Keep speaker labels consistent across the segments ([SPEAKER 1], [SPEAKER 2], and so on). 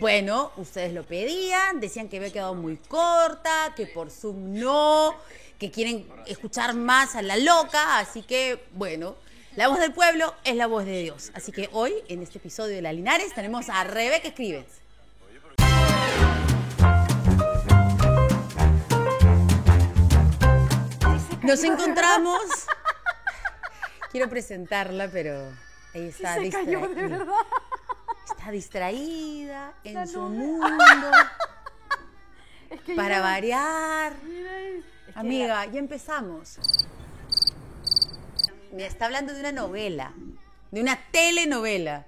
[SPEAKER 1] Bueno, ustedes lo pedían, decían que había quedado muy corta, que por Zoom no, que quieren escuchar más a la loca, así que bueno, la voz del pueblo es la voz de Dios. Así que hoy, en este episodio de La Linares, tenemos a Rebeca Escribens. Nos encontramos. Quiero presentarla, pero ella está
[SPEAKER 2] se cayó de
[SPEAKER 1] distraída.
[SPEAKER 2] verdad.
[SPEAKER 1] Está distraída en
[SPEAKER 2] La
[SPEAKER 1] su
[SPEAKER 2] luna.
[SPEAKER 1] mundo.
[SPEAKER 2] Es que
[SPEAKER 1] Para
[SPEAKER 2] yo-
[SPEAKER 1] variar.
[SPEAKER 2] mira, es que
[SPEAKER 1] Amiga, ya empezamos. Me está hablando de una novela, de una telenovela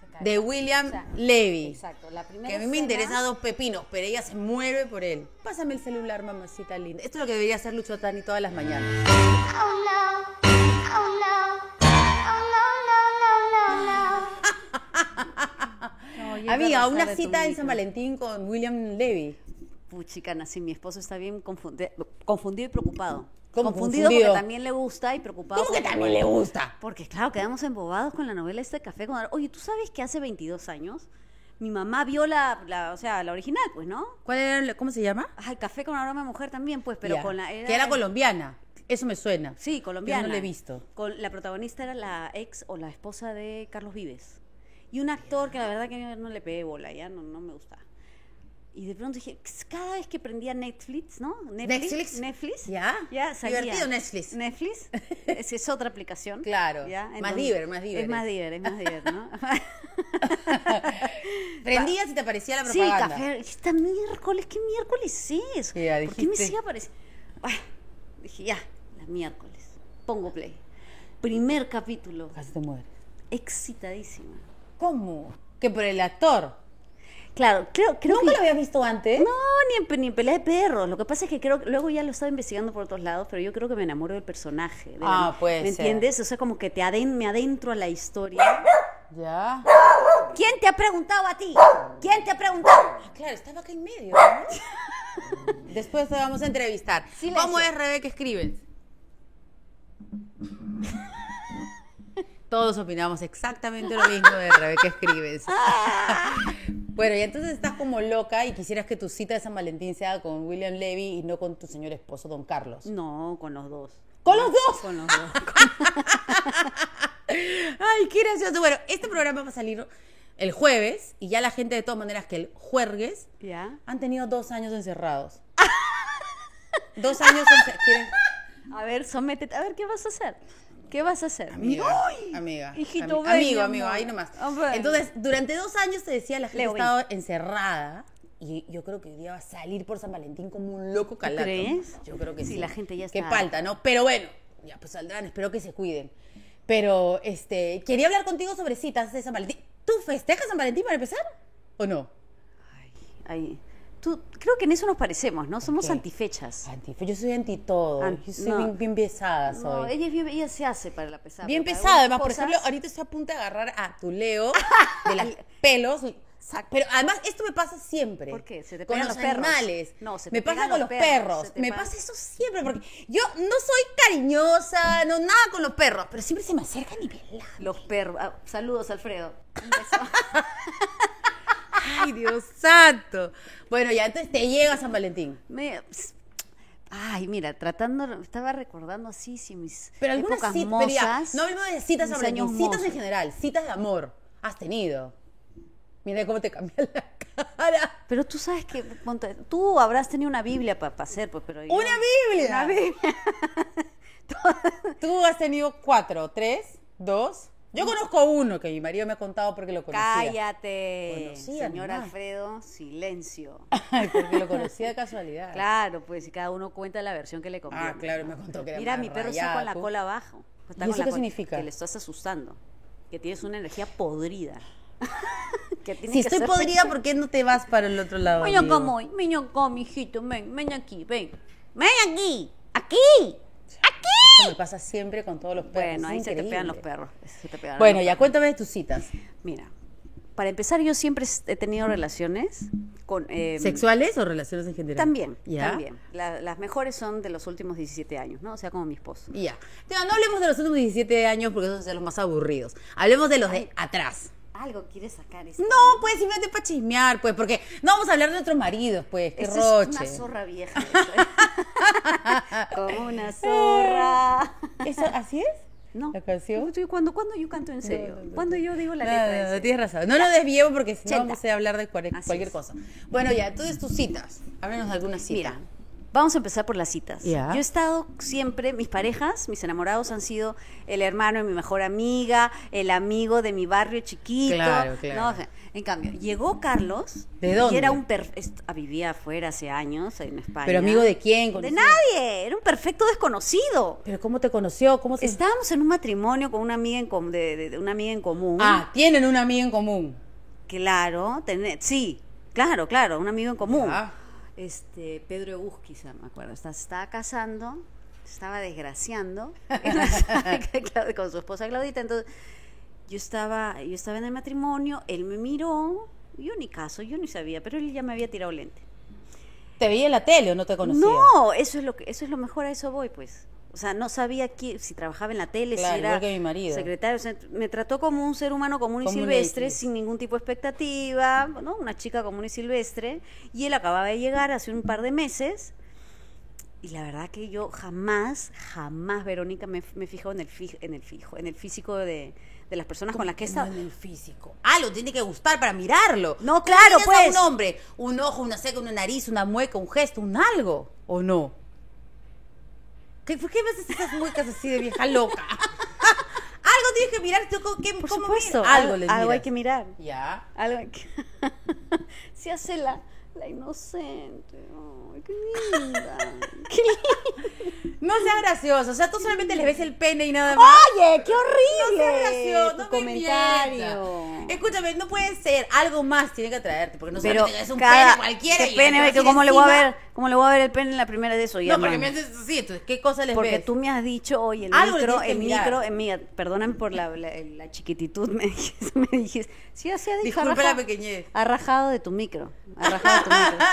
[SPEAKER 2] se cayó.
[SPEAKER 1] de William
[SPEAKER 2] O sea,
[SPEAKER 1] Levy.
[SPEAKER 2] Exacto, la primera
[SPEAKER 1] Que a mí me
[SPEAKER 2] escena-
[SPEAKER 1] interesa dos pepinos, pero ella se muere por él. Pásame el celular, mamacita linda. Esto es lo que debería hacer Lucho Tani todas las mañanas.
[SPEAKER 3] Oh no. Oh no. Oh no, no, no, no, no.
[SPEAKER 2] No, yo iba
[SPEAKER 1] Amiga,
[SPEAKER 2] a abrazar
[SPEAKER 1] una
[SPEAKER 2] de tu
[SPEAKER 1] cita en
[SPEAKER 2] grito.
[SPEAKER 1] San Valentín con William Levy.
[SPEAKER 2] Puchica, Nancy, mi esposo está bien confunde- confundido y preocupado.
[SPEAKER 1] ¿Cómo
[SPEAKER 2] confundido,
[SPEAKER 1] confundido?
[SPEAKER 2] porque también le gusta y preocupado.
[SPEAKER 1] ¿Cómo que
[SPEAKER 2] porque-
[SPEAKER 1] también le gusta?
[SPEAKER 2] Porque claro, quedamos embobados con la novela este café con Ar- Oye, ¿tú sabes que hace 22 años mi mamá vio la, la- o sea, la original, pues, ¿no?
[SPEAKER 1] ¿Cuál era la- ¿Cómo se llama?
[SPEAKER 2] Ay, café con aroma de mujer también, pues, pero
[SPEAKER 1] Ya.
[SPEAKER 2] con la
[SPEAKER 1] Que era colombiana. Eso me suena.
[SPEAKER 2] Sí, colombiana.
[SPEAKER 1] Yo no la he visto.
[SPEAKER 2] Con, la protagonista era la ex o la esposa de Carlos Vives. Y un actor que la verdad que yo no le pegué bola, ya no, no me gustaba. Y de pronto dije, cada vez que prendía Netflix, ¿no?
[SPEAKER 1] Netflix.
[SPEAKER 2] Netflix.
[SPEAKER 1] Ya.
[SPEAKER 2] Ya, salía.
[SPEAKER 1] Divertido Netflix.
[SPEAKER 2] Netflix. Es, es otra aplicación.
[SPEAKER 1] Claro. Más diver, más diver
[SPEAKER 2] Es más
[SPEAKER 1] es.
[SPEAKER 2] diver, es más diver, ¿no?
[SPEAKER 1] Prendías y te aparecía la
[SPEAKER 2] Sí,
[SPEAKER 1] propaganda.
[SPEAKER 2] café. Esta miércoles, ¿qué miércoles
[SPEAKER 1] Ya,
[SPEAKER 2] es? ¿Por qué me
[SPEAKER 1] dijiste.
[SPEAKER 2] sigue apareciendo? Ay, dije, ya, la miércoles. Pongo play. Primer capítulo.
[SPEAKER 1] Casi te mueres.
[SPEAKER 2] Excitadísima.
[SPEAKER 1] ¿Cómo? Que por el actor.
[SPEAKER 2] Claro, creo, creo
[SPEAKER 1] Nunca
[SPEAKER 2] que.
[SPEAKER 1] lo habías visto antes.
[SPEAKER 2] No, ni en, pe- ni en pelea de perros. Lo que pasa es que creo luego ya lo estaba investigando por otros lados, pero yo creo que me enamoro del personaje. de la-
[SPEAKER 1] Ah, puede
[SPEAKER 2] ¿Me
[SPEAKER 1] ser.
[SPEAKER 2] entiendes? O sea, como que te aden- me adentro a la historia.
[SPEAKER 1] Ya.
[SPEAKER 2] ¿Quién te ha preguntado a ti? ¿Quién te ha preguntado?
[SPEAKER 1] Ah, claro, estaba acá en medio. ¿no? Después te vamos a entrevistar.
[SPEAKER 2] Silencio.
[SPEAKER 1] ¿Cómo es Rebeca Escribens? Todos opinamos exactamente lo mismo de Rebeca Escribens. bueno, y entonces estás como loca y quisieras que tu cita de San Valentín sea con William Levy y no con tu señor esposo, don Carlos.
[SPEAKER 2] No, con los dos.
[SPEAKER 1] ¡Con los dos!
[SPEAKER 2] Con los dos.
[SPEAKER 1] Ay, qué gracioso. Bueno, este programa va a salir el jueves y ya la gente de todas maneras que el juergues
[SPEAKER 2] ¿Ya?
[SPEAKER 1] han tenido dos años encerrados. dos años encerrados.
[SPEAKER 2] A ver, sométete. A ver, ¿qué vas a hacer? ¿Qué vas a hacer?
[SPEAKER 1] Amiga. ami-
[SPEAKER 2] Hijito, ven, mi
[SPEAKER 1] amigo, amigo,
[SPEAKER 2] amor.
[SPEAKER 1] ahí nomás.
[SPEAKER 2] Ah, bueno.
[SPEAKER 1] Entonces, durante dos años te decía la gente
[SPEAKER 2] Leo,
[SPEAKER 1] ha
[SPEAKER 2] ven.
[SPEAKER 1] estado encerrada. Y yo creo que hoy día va a salir por San Valentín como un loco calato.
[SPEAKER 2] crees?
[SPEAKER 1] Yo creo que sí.
[SPEAKER 2] Sí, la gente ya
[SPEAKER 1] Qué
[SPEAKER 2] está-
[SPEAKER 1] palta, ¿no? Pero bueno, ya pues saldrán, espero que se cuiden. Pero, este, quería hablar contigo sobre citas de San Valentín. ¿Tú festejas San Valentín para empezar? ¿O no?
[SPEAKER 2] Ahí. Tú, creo que en eso nos parecemos, ¿no? Somos
[SPEAKER 1] ¿Qué?
[SPEAKER 2] antifechas.
[SPEAKER 1] Anti, yo soy anti todo.
[SPEAKER 2] An-
[SPEAKER 1] yo soy
[SPEAKER 2] no.
[SPEAKER 1] bien, bien pesada soy.
[SPEAKER 2] No, ella, es bien- ella se hace para la pesada.
[SPEAKER 1] Bien
[SPEAKER 2] porque
[SPEAKER 1] pesada, además,
[SPEAKER 2] algunas
[SPEAKER 1] por ejemplo,
[SPEAKER 2] cosas-
[SPEAKER 1] ahorita estoy a punto de agarrar a tu Leo de los pelos. Pero además, esto me pasa siempre.
[SPEAKER 2] ¿Por qué? ¿Se te
[SPEAKER 1] con
[SPEAKER 2] pegan
[SPEAKER 1] los,
[SPEAKER 2] los perros?
[SPEAKER 1] animales.
[SPEAKER 2] No, se te
[SPEAKER 1] Me pasa
[SPEAKER 2] pegan
[SPEAKER 1] con los
[SPEAKER 2] los
[SPEAKER 1] perros.
[SPEAKER 2] perros, se te
[SPEAKER 1] Me
[SPEAKER 2] pa-
[SPEAKER 1] pasa eso siempre, porque yo no soy cariñosa, no nada con los perros, pero siempre se me acercan y me lamen.
[SPEAKER 2] Los perros. Ah, saludos, Alfredo. Un beso.
[SPEAKER 1] Ay, Dios santo. Bueno, ya entonces te llega San Valentín.
[SPEAKER 2] Me- ps- Ay, mira, tratando, estaba recordando así si mis
[SPEAKER 1] Pero algunas
[SPEAKER 2] épocas
[SPEAKER 1] citas, pero ya,
[SPEAKER 2] mozas,
[SPEAKER 1] no hablemos de citas
[SPEAKER 2] mis
[SPEAKER 1] San Valentín,
[SPEAKER 2] años
[SPEAKER 1] citas en
[SPEAKER 2] mozos.
[SPEAKER 1] general, citas de amor. Has tenido. Mira cómo te cambia la cara.
[SPEAKER 2] Pero tú sabes que ponte, tú habrás tenido una Biblia para hacer, pues, pero yo-
[SPEAKER 1] ¡Una Biblia!
[SPEAKER 2] Una Biblia.
[SPEAKER 1] Tú has tenido cuatro, tres, dos. Yo conozco uno que mi marido me ha contado porque lo conocía.
[SPEAKER 2] Cállate,
[SPEAKER 1] Conocía
[SPEAKER 2] señor
[SPEAKER 1] nomás.
[SPEAKER 2] Alfredo, silencio.
[SPEAKER 1] Ay, porque lo conocía de casualidad.
[SPEAKER 2] Claro, pues si cada uno cuenta la versión que le conviene.
[SPEAKER 1] Ah, claro, me contó que era
[SPEAKER 2] Mira,
[SPEAKER 1] una
[SPEAKER 2] mi perro
[SPEAKER 1] rayada,
[SPEAKER 2] está con la
[SPEAKER 1] tú.
[SPEAKER 2] cola abajo. Está
[SPEAKER 1] ¿Y
[SPEAKER 2] con
[SPEAKER 1] eso
[SPEAKER 2] la
[SPEAKER 1] qué
[SPEAKER 2] cola-
[SPEAKER 1] significa?
[SPEAKER 2] Que le estás asustando, que tienes una energía podrida. que tiene
[SPEAKER 1] Si
[SPEAKER 2] que
[SPEAKER 1] estoy
[SPEAKER 2] ser-
[SPEAKER 1] podrida, ¿por qué no te vas para el otro lado?
[SPEAKER 2] Meño
[SPEAKER 1] amigo?
[SPEAKER 2] como, meño como, hijito, ven, ven aquí, ven. Ven aquí, aquí.
[SPEAKER 1] Esto me pasa siempre con todos los perros.
[SPEAKER 2] Bueno,
[SPEAKER 1] es
[SPEAKER 2] ahí se te
[SPEAKER 1] increíble.
[SPEAKER 2] pegan los perros. Em, se te pegan
[SPEAKER 1] Bueno,
[SPEAKER 2] los
[SPEAKER 1] ya
[SPEAKER 2] perros.
[SPEAKER 1] cuéntame de tus citas.
[SPEAKER 2] Mira, para empezar, yo siempre he tenido relaciones con. eh,
[SPEAKER 1] ¿Sexuales o relaciones en general?
[SPEAKER 2] También,
[SPEAKER 1] ¿Ya?
[SPEAKER 2] también. La- las mejores son de los últimos 17 años, ¿no? O sea, como mi esposo.
[SPEAKER 1] Ya. Ya, no hablemos de los últimos 17 años porque esos son los más aburridos. Hablemos de los de atrás.
[SPEAKER 2] Algo quiere sacar. ese-
[SPEAKER 1] No, pues simplemente para chismear, pues, porque no vamos a hablar de otros maridos, pues, qué
[SPEAKER 2] Esa es
[SPEAKER 1] roche.
[SPEAKER 2] una zorra vieja. esa. Como una zorra.
[SPEAKER 1] ¿Eso así es?
[SPEAKER 2] No.
[SPEAKER 1] ¿La canción?
[SPEAKER 2] Yo- Cuando, cuando yo canto en serio. cuando yo digo la
[SPEAKER 1] No,
[SPEAKER 2] letra. en
[SPEAKER 1] no, no,
[SPEAKER 2] serio.
[SPEAKER 1] tienes razón. No lo desviemos porque si no
[SPEAKER 2] Chenta.
[SPEAKER 1] vamos a hablar de cual-
[SPEAKER 2] Así
[SPEAKER 1] cualquier
[SPEAKER 2] es.
[SPEAKER 1] cosa. Bueno, ya, entonces tus citas. Háblanos de alguna cita.
[SPEAKER 2] Mira, vamos a empezar por las citas.
[SPEAKER 1] Ya.
[SPEAKER 2] Yo he estado siempre, mis parejas, mis enamorados han sido el hermano de mi mejor amiga, el amigo de mi barrio chiquito.
[SPEAKER 1] Claro, claro.
[SPEAKER 2] ¿no? O sea, en cambio, llegó Carlos.
[SPEAKER 1] ¿De dónde?
[SPEAKER 2] Y era un per- est- ah, vivía afuera hace años en España.
[SPEAKER 1] ¿Pero amigo de quién?
[SPEAKER 2] De
[SPEAKER 1] ¿Conocido?
[SPEAKER 2] nadie, era un perfecto desconocido.
[SPEAKER 1] ¿Pero cómo te conoció? ¿Cómo se...
[SPEAKER 2] Estábamos en un matrimonio con una amiga en, com- de, de- de una amiga en común.
[SPEAKER 1] Ah, tienen un amigo en común.
[SPEAKER 2] Claro, tené- sí, claro, claro, un amigo en común.
[SPEAKER 1] Ya.
[SPEAKER 2] Este, Pedro Egusquiza, me acuerdo, está, se estaba casando, se estaba desgraciando Claudia- con su esposa Claudita, entonces yo estaba, yo estaba en el matrimonio, él me miró, yo ni caso, yo ni sabía, pero él ya me había tirado lente.
[SPEAKER 1] ¿Te veía en la tele o no te conocía?
[SPEAKER 2] No, eso es lo que, eso es lo mejor, a eso voy, pues. O sea, no sabía qui- si trabajaba en la tele,
[SPEAKER 1] Claro,
[SPEAKER 2] si
[SPEAKER 1] igual
[SPEAKER 2] era
[SPEAKER 1] que mi marido.
[SPEAKER 2] secretario. o sea, me trató como un ser humano común y
[SPEAKER 1] Común y
[SPEAKER 2] silvestre,
[SPEAKER 1] X.
[SPEAKER 2] sin ningún tipo de expectativa, ¿no? Una chica común y silvestre. Y él acababa de llegar hace un par de meses. Y la verdad que yo jamás, jamás, Verónica, me, me fijo en el, fi- en el fijo, en el físico de, de las personas con las que he estado.
[SPEAKER 1] en el físico. Ah, lo tiene que gustar para mirarlo.
[SPEAKER 2] No,
[SPEAKER 1] ¿Cómo
[SPEAKER 2] claro,
[SPEAKER 1] miras
[SPEAKER 2] pues.
[SPEAKER 1] A un hombre, un ojo, una ceja, una nariz, una mueca, un gesto, un algo, ¿o no? ¿Qué, ¿Por qué me haces esas muecas así de vieja loca? algo tienes que mirar. ¿Tú, cómo- qué,
[SPEAKER 2] Por
[SPEAKER 1] cómo
[SPEAKER 2] supuesto,
[SPEAKER 1] miras?
[SPEAKER 2] algo,
[SPEAKER 1] les
[SPEAKER 2] algo hay
[SPEAKER 1] miras.
[SPEAKER 2] que mirar.
[SPEAKER 1] Ya.
[SPEAKER 2] Algo que... Se hace la, la inocente. Ay, qué linda. Qué linda.
[SPEAKER 1] No sea gracioso. O sea, tú solamente les ves el pene y nada más.
[SPEAKER 2] Oye, qué
[SPEAKER 1] No
[SPEAKER 2] horrible.
[SPEAKER 1] seas gracioso,
[SPEAKER 2] tu
[SPEAKER 1] no me
[SPEAKER 2] comentario.
[SPEAKER 1] mientas. Escúchame, no puede ser. Algo más tiene que atraerte, porque no
[SPEAKER 2] Pero
[SPEAKER 1] solamente es un
[SPEAKER 2] cada-
[SPEAKER 1] pene cualquiera.
[SPEAKER 2] qué
[SPEAKER 1] y
[SPEAKER 2] pene,
[SPEAKER 1] te vas
[SPEAKER 2] ve
[SPEAKER 1] a
[SPEAKER 2] que
[SPEAKER 1] ir
[SPEAKER 2] cómo le voy a
[SPEAKER 1] encima.
[SPEAKER 2] ver, cómo le voy a ver el pene en la primera de eso ya.
[SPEAKER 1] No, porque
[SPEAKER 2] mano.
[SPEAKER 1] me haces así, entonces, ¿qué cosa les
[SPEAKER 2] Porque
[SPEAKER 1] ves?
[SPEAKER 2] tú me has dicho, oye, el
[SPEAKER 1] Algo le
[SPEAKER 2] micro,
[SPEAKER 1] tienes que
[SPEAKER 2] el
[SPEAKER 1] mirar.
[SPEAKER 2] micro, eh, mira, perdóname por la, la- la chiquititud, me dijiste, me dijiste, sí, así ha dicho, ha
[SPEAKER 1] Disculpa la
[SPEAKER 2] rajado-
[SPEAKER 1] pequeñez.
[SPEAKER 2] Ha rajado de tu micro, ha rajado de tu micro.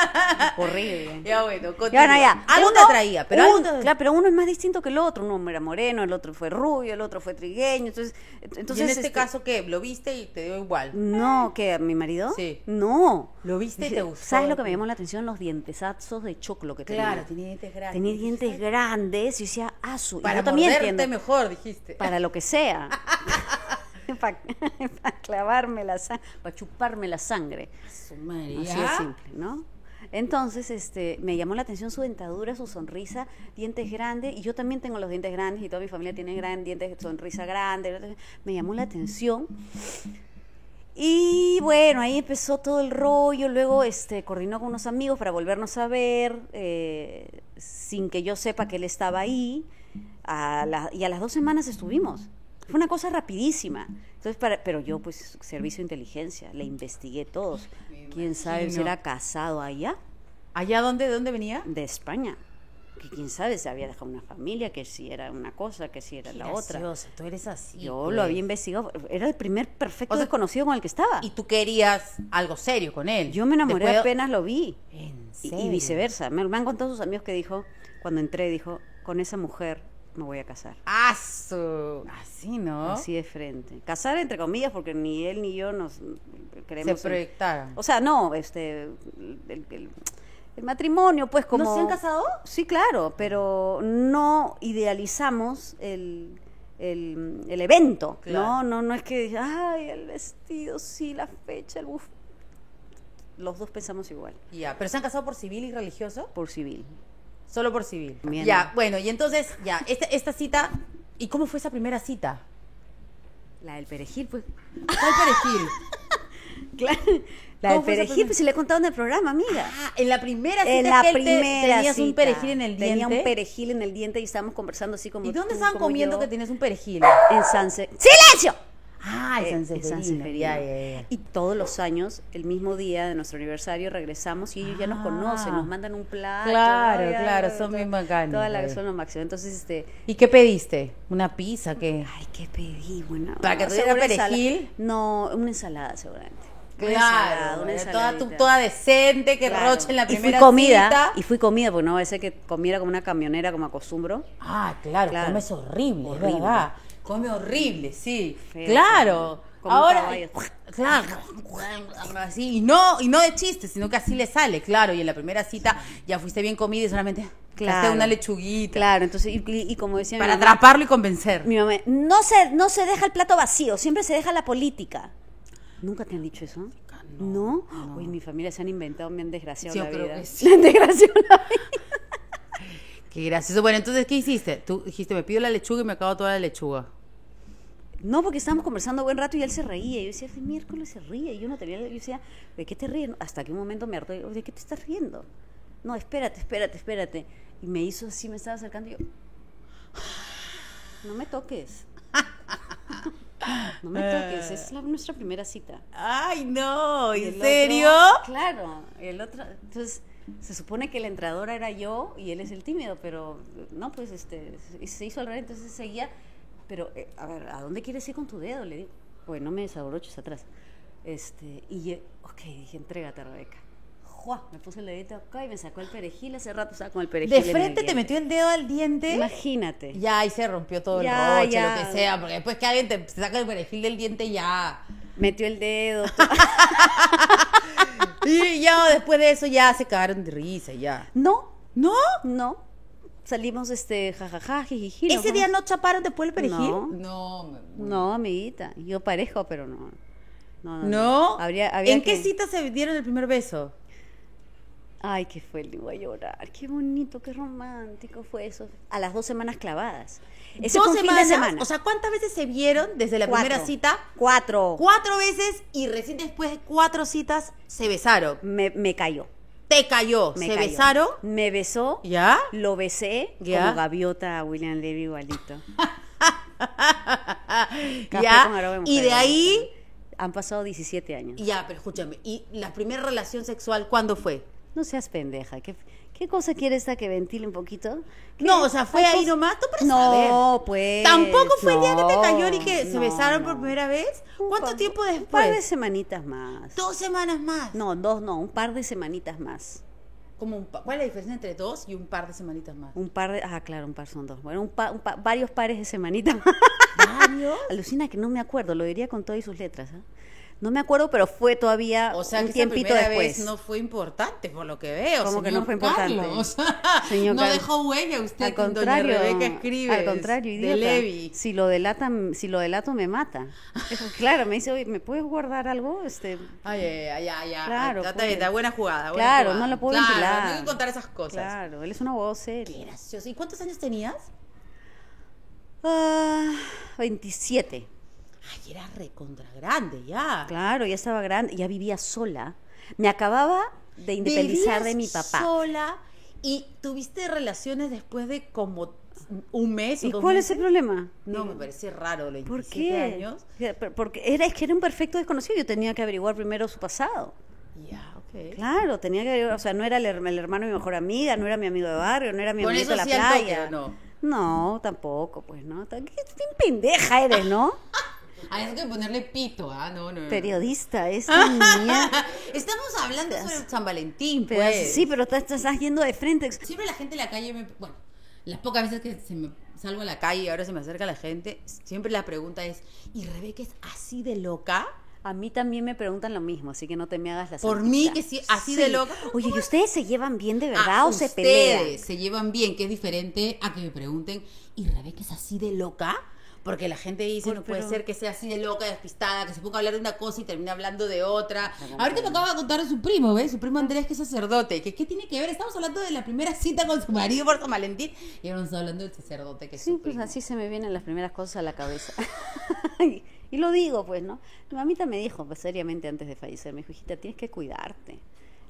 [SPEAKER 2] Horrible.
[SPEAKER 1] Ya bueno, continúa.
[SPEAKER 2] Ya, no, ya.
[SPEAKER 1] Algo te
[SPEAKER 2] Uno-
[SPEAKER 1] atraía, pero algo
[SPEAKER 2] uno-
[SPEAKER 1] te-
[SPEAKER 2] Claro, pero uno es más distinto que el otro. Uno era moreno, el otro fue rubio, el otro fue trigueño. Entonces,
[SPEAKER 1] Y
[SPEAKER 2] entonces
[SPEAKER 1] en este,
[SPEAKER 2] este,
[SPEAKER 1] caso, ¿qué? ¿Lo viste y te dio igual?
[SPEAKER 2] No, que mi marido.
[SPEAKER 1] Sí.
[SPEAKER 2] No.
[SPEAKER 1] ¿Lo viste y te gustó?
[SPEAKER 2] ¿Sabes lo que me llamó la atención? Los dientesazos de choclo que tenía.
[SPEAKER 1] tenía dientes grandes.
[SPEAKER 2] Tenía dientes grandes y decía, ah, su. y
[SPEAKER 1] Para
[SPEAKER 2] yo también
[SPEAKER 1] morderte
[SPEAKER 2] entiendo.
[SPEAKER 1] mejor, dijiste.
[SPEAKER 2] Para lo que sea. para clavarme la sangre, para chuparme la sangre.
[SPEAKER 1] Su madre,
[SPEAKER 2] Así
[SPEAKER 1] ¿ya?
[SPEAKER 2] de simple, ¿no? Entonces, este, me llamó la atención su dentadura, su sonrisa, dientes grandes, y yo también tengo los dientes grandes, y toda mi familia tiene gran, dientes, sonrisa grande. entonces, Me llamó la atención. Y bueno, ahí empezó todo el rollo, luego este, coordinó con unos amigos para volvernos a ver, eh, sin que yo sepa que él estaba ahí, a la- y a las dos semanas estuvimos. Fue una cosa rapidísima. Entonces, para, pero yo, pues, servicio de inteligencia, le investigué todos. ¿Quién sabe si
[SPEAKER 1] imagino.
[SPEAKER 2] era casado allá,
[SPEAKER 1] ¿Allá dónde, dónde venía?
[SPEAKER 2] de España? Que quién sabe si había dejado una familia, que si era una cosa, que si era la otra.
[SPEAKER 1] Graciosa, tú eres así.
[SPEAKER 2] Yo
[SPEAKER 1] pues.
[SPEAKER 2] lo había investigado, era el primer perfecto
[SPEAKER 1] O sea,
[SPEAKER 2] desconocido con el que estaba.
[SPEAKER 1] Y tú querías algo serio con él.
[SPEAKER 2] Yo me enamoré
[SPEAKER 1] Después-
[SPEAKER 2] apenas lo vi.
[SPEAKER 1] En
[SPEAKER 2] Y-
[SPEAKER 1] serio.
[SPEAKER 2] Y, viceversa. Me, me han contado sus amigos que dijo, cuando entré, dijo, con esa mujer me voy a casar.
[SPEAKER 1] Ah, su- Así, ¿no?
[SPEAKER 2] Así de frente. Casar entre comillas, porque ni él ni yo nos
[SPEAKER 1] Se
[SPEAKER 2] creemos. en-
[SPEAKER 1] proyectaron.
[SPEAKER 2] O sea, no, este. El, el- el matrimonio, pues como.
[SPEAKER 1] ¿No se han casado?
[SPEAKER 2] Sí, claro, pero no idealizamos el. el- el evento,
[SPEAKER 1] Claro.
[SPEAKER 2] ¿no? No, no es que, ay, el vestido, sí, la fecha, el buf. Los dos pensamos igual,
[SPEAKER 1] Ya, pero se han casado por civil y religioso.
[SPEAKER 2] por civil.
[SPEAKER 1] Solo por civil.
[SPEAKER 2] Bien.
[SPEAKER 1] Ya, bueno, y entonces, ya, esta, esta cita. ¿Y cómo fue esa primera cita?
[SPEAKER 2] La del perejil, pues.
[SPEAKER 1] ¿Cuál perejil?
[SPEAKER 2] Claro. La
[SPEAKER 1] ¿Cómo
[SPEAKER 2] del
[SPEAKER 1] fue esa
[SPEAKER 2] perejil, pues se le he contado en el programa, amiga.
[SPEAKER 1] Ah, en la primera cita
[SPEAKER 2] en la
[SPEAKER 1] que él te-
[SPEAKER 2] primera
[SPEAKER 1] tenías un
[SPEAKER 2] cita,
[SPEAKER 1] perejil en el diente.
[SPEAKER 2] Tenía un perejil en el diente y estábamos conversando así como
[SPEAKER 1] ¿Y dónde
[SPEAKER 2] tú,
[SPEAKER 1] estaban
[SPEAKER 2] como
[SPEAKER 1] comiendo
[SPEAKER 2] yo.
[SPEAKER 1] que tenías un perejil?
[SPEAKER 2] En San Se- ¡Silencio!
[SPEAKER 1] Ah,
[SPEAKER 2] Eh,
[SPEAKER 1] en
[SPEAKER 2] en
[SPEAKER 1] San Seferino.
[SPEAKER 2] Seferino.
[SPEAKER 1] Ya, ya, ya.
[SPEAKER 2] Y todos los años, el mismo día de nuestro aniversario, regresamos y ellos ya nos
[SPEAKER 1] Ah.
[SPEAKER 2] conocen, nos mandan un plato.
[SPEAKER 1] Claro,
[SPEAKER 2] ay, ay,
[SPEAKER 1] claro,
[SPEAKER 2] ay,
[SPEAKER 1] son
[SPEAKER 2] toda-
[SPEAKER 1] bien bacanes,
[SPEAKER 2] toda la-
[SPEAKER 1] ay.
[SPEAKER 2] son lo máximo. Entonces, este,
[SPEAKER 1] ¿Y qué pediste? ¿Una pizza? ¿Qué?
[SPEAKER 2] ay, qué pedí, bueno.
[SPEAKER 1] Para que
[SPEAKER 2] no,
[SPEAKER 1] tuviera
[SPEAKER 2] seguro ensala-
[SPEAKER 1] perejil.
[SPEAKER 2] No, una ensalada seguramente. Una ensalada,
[SPEAKER 1] Claro,
[SPEAKER 2] una
[SPEAKER 1] era toda, tu-
[SPEAKER 2] ensaladita.
[SPEAKER 1] toda decente, que
[SPEAKER 2] Claro.
[SPEAKER 1] roche en la primera
[SPEAKER 2] y fui comida,
[SPEAKER 1] cita.
[SPEAKER 2] Y fui comida, porque no va a ser que comiera como una camionera, como acostumbro.
[SPEAKER 1] Ah, claro,
[SPEAKER 2] Claro.
[SPEAKER 1] comes horrible, es
[SPEAKER 2] Horrible.
[SPEAKER 1] verdad. Come horrible, sí.
[SPEAKER 2] Feo,
[SPEAKER 1] claro.
[SPEAKER 2] Como un
[SPEAKER 1] Ahora,
[SPEAKER 2] caballo.
[SPEAKER 1] claro, así, y no, y no de chiste, sino que así le sale, claro, y en la primera cita ya fuiste bien comida y solamente claro.
[SPEAKER 2] Claro.
[SPEAKER 1] una lechuguita
[SPEAKER 2] Claro, entonces, y, y- y como decía
[SPEAKER 1] para
[SPEAKER 2] mi mamá,
[SPEAKER 1] atraparlo y convencer.
[SPEAKER 2] mi mamá, no se, no se deja el plato vacío, siempre se deja la política. ¿Nunca te han dicho eso? No. Uy, mi familia se han inventado, me han desgraciado
[SPEAKER 1] Sí, yo
[SPEAKER 2] la
[SPEAKER 1] creo
[SPEAKER 2] vida.
[SPEAKER 1] que sí.
[SPEAKER 2] Me han desgraciado la
[SPEAKER 1] Qué gracioso. Bueno, entonces, ¿qué hiciste? Tú dijiste, me pido la lechuga y me acabo toda la lechuga.
[SPEAKER 2] No, porque estábamos conversando buen rato y él se reía. Y yo decía, este miércoles se ríe. Y yo no te veía. Yo decía, ¿de qué te ríes? Hasta que un momento me hartó. y digo, ¿De qué te estás riendo? No, espérate, espérate, espérate. Y me hizo así, me estaba acercando. Y yo, no me toques. No me toques. Es la- nuestra primera cita.
[SPEAKER 1] Ay, no,
[SPEAKER 2] Y el
[SPEAKER 1] ¿en
[SPEAKER 2] otro-
[SPEAKER 1] serio?
[SPEAKER 2] claro. El otro. Entonces. Se supone que la entradora era yo y él es el tímido, pero no, pues este, se- se hizo al revés, entonces seguía. Pero, eh, a ver, ¿a dónde quieres ir con tu dedo? Le digo, pues no me desabroches atrás. Este, y yo, ok, dije, entrégate, Rebeca. ¡Jua! Me puse el dedito acá y me sacó el perejil. Hace rato estaba con el perejil.
[SPEAKER 1] De
[SPEAKER 2] en el
[SPEAKER 1] frente te
[SPEAKER 2] diente.
[SPEAKER 1] metió el dedo al diente.
[SPEAKER 2] Imagínate.
[SPEAKER 1] Ya, y se rompió todo
[SPEAKER 2] Ya,
[SPEAKER 1] el roche,
[SPEAKER 2] ya.
[SPEAKER 1] lo que sea, porque después que alguien te saca el perfil del diente, ya.
[SPEAKER 2] Metió el dedo. todo.
[SPEAKER 1] Y ya después de eso ya se cagaron de risa, ya.
[SPEAKER 2] no,
[SPEAKER 1] ¿No?
[SPEAKER 2] no. Salimos, este, jajaja, jijiji. nos
[SPEAKER 1] ¿Ese día
[SPEAKER 2] vamos.
[SPEAKER 1] no chaparon después el perejil?
[SPEAKER 2] No.
[SPEAKER 1] No. me-
[SPEAKER 2] No, amiguita. Yo parejo, pero no. No. no,
[SPEAKER 1] ¿No?
[SPEAKER 2] no. Habría, había
[SPEAKER 1] ¿En qué
[SPEAKER 2] que-
[SPEAKER 1] cita se dieron el primer beso?
[SPEAKER 2] Ay, qué fue, le voy a llorar. Qué bonito, qué romántico fue eso. A las dos semanas clavadas. Ese
[SPEAKER 1] Dos
[SPEAKER 2] fue un fin de
[SPEAKER 1] semanas,
[SPEAKER 2] semana.
[SPEAKER 1] O sea, ¿cuántas veces se vieron desde la
[SPEAKER 2] Cuatro.
[SPEAKER 1] primera cita?
[SPEAKER 2] Cuatro.
[SPEAKER 1] Cuatro veces y recién después de cuatro citas se besaron.
[SPEAKER 2] Me, me cayó.
[SPEAKER 1] Te cayó.
[SPEAKER 2] me
[SPEAKER 1] se
[SPEAKER 2] cayó.
[SPEAKER 1] besaron.
[SPEAKER 2] Me besó.
[SPEAKER 1] ¿Ya?
[SPEAKER 2] Lo besé
[SPEAKER 1] Ya.
[SPEAKER 2] como gaviota a William Levy igualito. Café con
[SPEAKER 1] ¿Ya?
[SPEAKER 2] aroma de
[SPEAKER 1] Y de
[SPEAKER 2] mujer,
[SPEAKER 1] ahí,
[SPEAKER 2] Han pasado 17 años.
[SPEAKER 1] ya, pero escúchame, ¿y la primera relación sexual cuándo fue?
[SPEAKER 2] No seas pendeja. ¿Qué, qué cosa quiere esta que ventile un poquito? ¿Qué?
[SPEAKER 1] No, o sea, fue
[SPEAKER 2] Hay
[SPEAKER 1] ahí
[SPEAKER 2] cos-
[SPEAKER 1] nomás, tú para
[SPEAKER 2] No,
[SPEAKER 1] saber.
[SPEAKER 2] pues.
[SPEAKER 1] Tampoco fue el día que te
[SPEAKER 2] no,
[SPEAKER 1] cayó ni que se
[SPEAKER 2] no,
[SPEAKER 1] besaron
[SPEAKER 2] no.
[SPEAKER 1] por primera vez.
[SPEAKER 2] Un
[SPEAKER 1] ¿Cuánto
[SPEAKER 2] par-
[SPEAKER 1] tiempo
[SPEAKER 2] Un par de
[SPEAKER 1] después?
[SPEAKER 2] semanitas más.
[SPEAKER 1] Dos semanas más.
[SPEAKER 2] No, dos no, un par de semanitas más.
[SPEAKER 1] Como un pa- ¿Cuál es la diferencia entre dos y un par de semanitas más?
[SPEAKER 2] Un par de. Ah, claro, un par son dos. Bueno, un pa- un pa- varios pares de semanitas más.
[SPEAKER 1] ¿Varios?
[SPEAKER 2] Alucina que no me acuerdo, lo diría con todas sus letras. ¿ah? No me acuerdo, pero fue todavía
[SPEAKER 1] O sea,
[SPEAKER 2] un
[SPEAKER 1] que esa
[SPEAKER 2] tiempito
[SPEAKER 1] primera
[SPEAKER 2] después.
[SPEAKER 1] vez no fue importante, por lo que veo.
[SPEAKER 2] ¿Cómo que
[SPEAKER 1] señor
[SPEAKER 2] no fue importante?
[SPEAKER 1] Carlos.
[SPEAKER 2] Señor
[SPEAKER 1] no
[SPEAKER 2] Carlos.
[SPEAKER 1] dejó huella usted
[SPEAKER 2] al
[SPEAKER 1] con doña
[SPEAKER 2] contrario,
[SPEAKER 1] Rebeca Escribes.
[SPEAKER 2] al contrario,
[SPEAKER 1] De
[SPEAKER 2] idiota.
[SPEAKER 1] Levi.
[SPEAKER 2] Si lo delatan, si lo delato me mata. Eso, claro, me dice, "Oye, ¿me puedes guardar algo?" Este,
[SPEAKER 1] Ay, ay, ay, ay, ay.
[SPEAKER 2] Claro,
[SPEAKER 1] Está
[SPEAKER 2] pues.
[SPEAKER 1] bien, está buena jugada. buena
[SPEAKER 2] Claro,
[SPEAKER 1] jugada.
[SPEAKER 2] no lo puedo
[SPEAKER 1] claro,
[SPEAKER 2] ventilar.
[SPEAKER 1] No tengo que contar esas cosas.
[SPEAKER 2] claro, él es una voz
[SPEAKER 1] Qué
[SPEAKER 2] seria.
[SPEAKER 1] gracioso. ¿Y cuántos años tenías?
[SPEAKER 2] Ah, 27.
[SPEAKER 1] Ay, era recontra grande ya.
[SPEAKER 2] Claro, ya estaba grande, ya vivía sola. Me acababa de independizar
[SPEAKER 1] Vivías
[SPEAKER 2] de mi papá.
[SPEAKER 1] sola y tuviste relaciones después de como un mes o
[SPEAKER 2] ¿Y
[SPEAKER 1] dos
[SPEAKER 2] cuál es
[SPEAKER 1] meses?
[SPEAKER 2] el problema?
[SPEAKER 1] No, me parece raro, los
[SPEAKER 2] ¿Por
[SPEAKER 1] 27
[SPEAKER 2] qué?
[SPEAKER 1] años.
[SPEAKER 2] Eh, por- Porque era, es que era un perfecto desconocido. Yo tenía que averiguar primero su pasado.
[SPEAKER 1] Ya, ok.
[SPEAKER 2] Claro, tenía que averiguar. O sea, no era el, her- el hermano de mi mejor amiga, no era mi amigo de barrio, no era mi
[SPEAKER 1] Con
[SPEAKER 2] amigo
[SPEAKER 1] eso
[SPEAKER 2] de la
[SPEAKER 1] sí al toque,
[SPEAKER 2] playa.
[SPEAKER 1] ¿o no?
[SPEAKER 2] No, tampoco, pues no. Tan- ¿Qué qué pendeja eres, no?
[SPEAKER 1] Ah, eso que ponerle pito, ah, no, no. no.
[SPEAKER 2] Periodista, esta niña.
[SPEAKER 1] Estamos hablando sobre San Valentín,
[SPEAKER 2] Pero-
[SPEAKER 1] pues.
[SPEAKER 2] sí, pero te, te estás yendo de frente.
[SPEAKER 1] Siempre la gente en la calle me. Bueno, las pocas veces que se me salgo a la calle y ahora se me acerca la gente, siempre la pregunta es: ¿Y Rebeca es así de loca?
[SPEAKER 2] A mí también me preguntan lo mismo, así que no te me hagas la
[SPEAKER 1] Por
[SPEAKER 2] santita.
[SPEAKER 1] mí que sí, así de loca.
[SPEAKER 2] Oye, ¿y ustedes se llevan bien de verdad
[SPEAKER 1] Ah,
[SPEAKER 2] o se
[SPEAKER 1] ustedes
[SPEAKER 2] pelean?
[SPEAKER 1] se llevan bien, que es diferente a que me pregunten: ¿Y Rebeca es así de loca? Porque la gente dice,
[SPEAKER 2] Por-
[SPEAKER 1] no puede
[SPEAKER 2] pero-
[SPEAKER 1] ser que sea así de loca, despistada, que se ponga a hablar de una cosa y termina hablando de otra. Ahorita me acaba de contar de su primo, ¿ves? Su primo Andrés, que es sacerdote. Que, ¿Qué tiene que ver? Estamos hablando de la primera cita con su marido por San Valentín y ahora nos está hablando del sacerdote, que es
[SPEAKER 2] Sí,
[SPEAKER 1] su
[SPEAKER 2] pues
[SPEAKER 1] primo.
[SPEAKER 2] así se me vienen las primeras cosas a la cabeza. y, y lo digo, pues, ¿no? Mi mamita me dijo, pues, seriamente antes de fallecer, me dijo, hijita, tienes que cuidarte.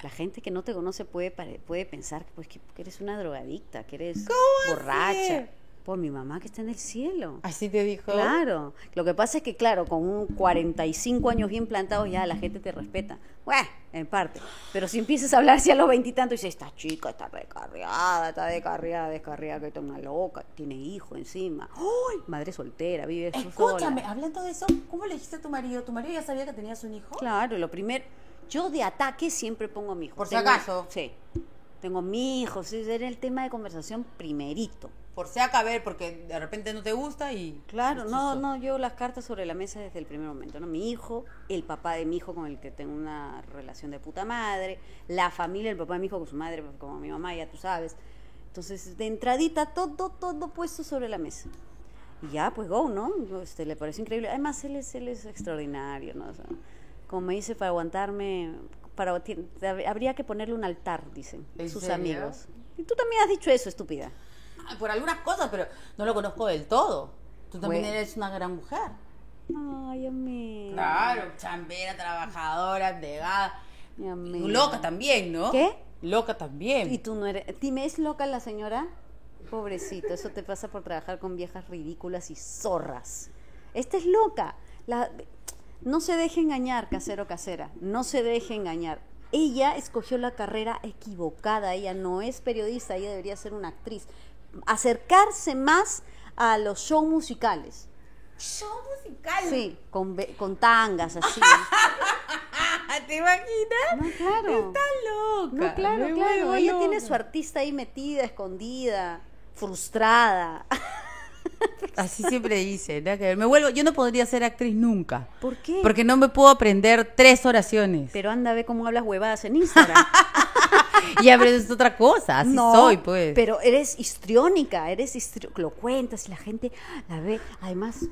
[SPEAKER 2] La gente que no te conoce puede, pare- puede pensar pues, que, que eres una drogadicta, que eres borracha.
[SPEAKER 1] así?
[SPEAKER 2] Por mi mamá que está en el cielo.
[SPEAKER 1] Así te dijo.
[SPEAKER 2] Claro. Lo que pasa es que, claro, con un 45 años bien plantados ya la gente te respeta. Bueno, en parte. Pero si empiezas a hablar así a los veintitantos y dices, esta chica está recarriada, está descarriada, descarriada, que está una loca, tiene hijo encima. ¡Ay! Madre soltera, vive sola.
[SPEAKER 1] Escúchame, hablando de eso, ¿cómo le dijiste a tu marido? ¿Tu marido ya sabía que tenías un hijo?
[SPEAKER 2] Claro, lo primero, yo de ataque siempre pongo a mi hijo.
[SPEAKER 1] Por si
[SPEAKER 2] Tengo-
[SPEAKER 1] acaso.
[SPEAKER 2] Sí. Tengo mi hijo, sí, era el tema de conversación primerito.
[SPEAKER 1] Por sea caber, porque de repente no te gusta y.
[SPEAKER 2] Claro, no,
[SPEAKER 1] Chistoso.
[SPEAKER 2] no, yo las cartas sobre la mesa desde el primer momento, ¿no? Mi hijo, el papá de mi hijo con el que tengo una relación de puta madre, la familia, el papá de mi hijo con su madre, pues, como mi mamá, ya tú sabes. Entonces, de entradita, todo, todo puesto sobre la mesa. Y ya, pues go, ¿no? Este, le pareció increíble. Además, él es, él es extraordinario, ¿no? O sea, como me dice, para aguantarme, para, ti- habría que ponerle un altar, dicen
[SPEAKER 1] ¿En
[SPEAKER 2] sus
[SPEAKER 1] serio?
[SPEAKER 2] amigos. Y tú también has dicho eso, estúpida.
[SPEAKER 1] Ah, Por algunas cosas, pero no lo conozco del todo. Tú también
[SPEAKER 2] Bueno.
[SPEAKER 1] eres una gran mujer.
[SPEAKER 2] Ay, amigo.
[SPEAKER 1] Claro, chambera, trabajadora, negada.
[SPEAKER 2] Mi amigo.
[SPEAKER 1] Loca también, ¿no?
[SPEAKER 2] ¿Qué?
[SPEAKER 1] Loca también.
[SPEAKER 2] Y tú no eres. Dime, ¿es loca la señora? Pobrecito, eso te pasa por trabajar con viejas ridículas y zorras. Esta es loca. La- No se deje engañar, casero, casera. No se deje engañar. Ella escogió la carrera equivocada. Ella no es periodista, ella debería ser una actriz. Acercarse más a los shows musicales.
[SPEAKER 1] Show musical.
[SPEAKER 2] Sí, con, ve- con tangas así.
[SPEAKER 1] Ah, ¿Te imaginas?
[SPEAKER 2] No, claro.
[SPEAKER 1] Está loca.
[SPEAKER 2] No, claro,
[SPEAKER 1] Me
[SPEAKER 2] claro.
[SPEAKER 1] vuelvo
[SPEAKER 2] Ella
[SPEAKER 1] loca.
[SPEAKER 2] tiene su artista ahí metida, escondida, frustrada.
[SPEAKER 1] Así siempre dice, nada que ver. Me vuelvo, yo no podría ser actriz nunca.
[SPEAKER 2] ¿Por qué?
[SPEAKER 1] Porque no me puedo aprender tres oraciones.
[SPEAKER 2] Pero anda, ve cómo hablas huevadas en Instagram.
[SPEAKER 1] Ya, pero eso es otra cosa. Así soy, pues.
[SPEAKER 2] Pero eres histriónica, eres histri- lo cuentas y la gente la ve. Además,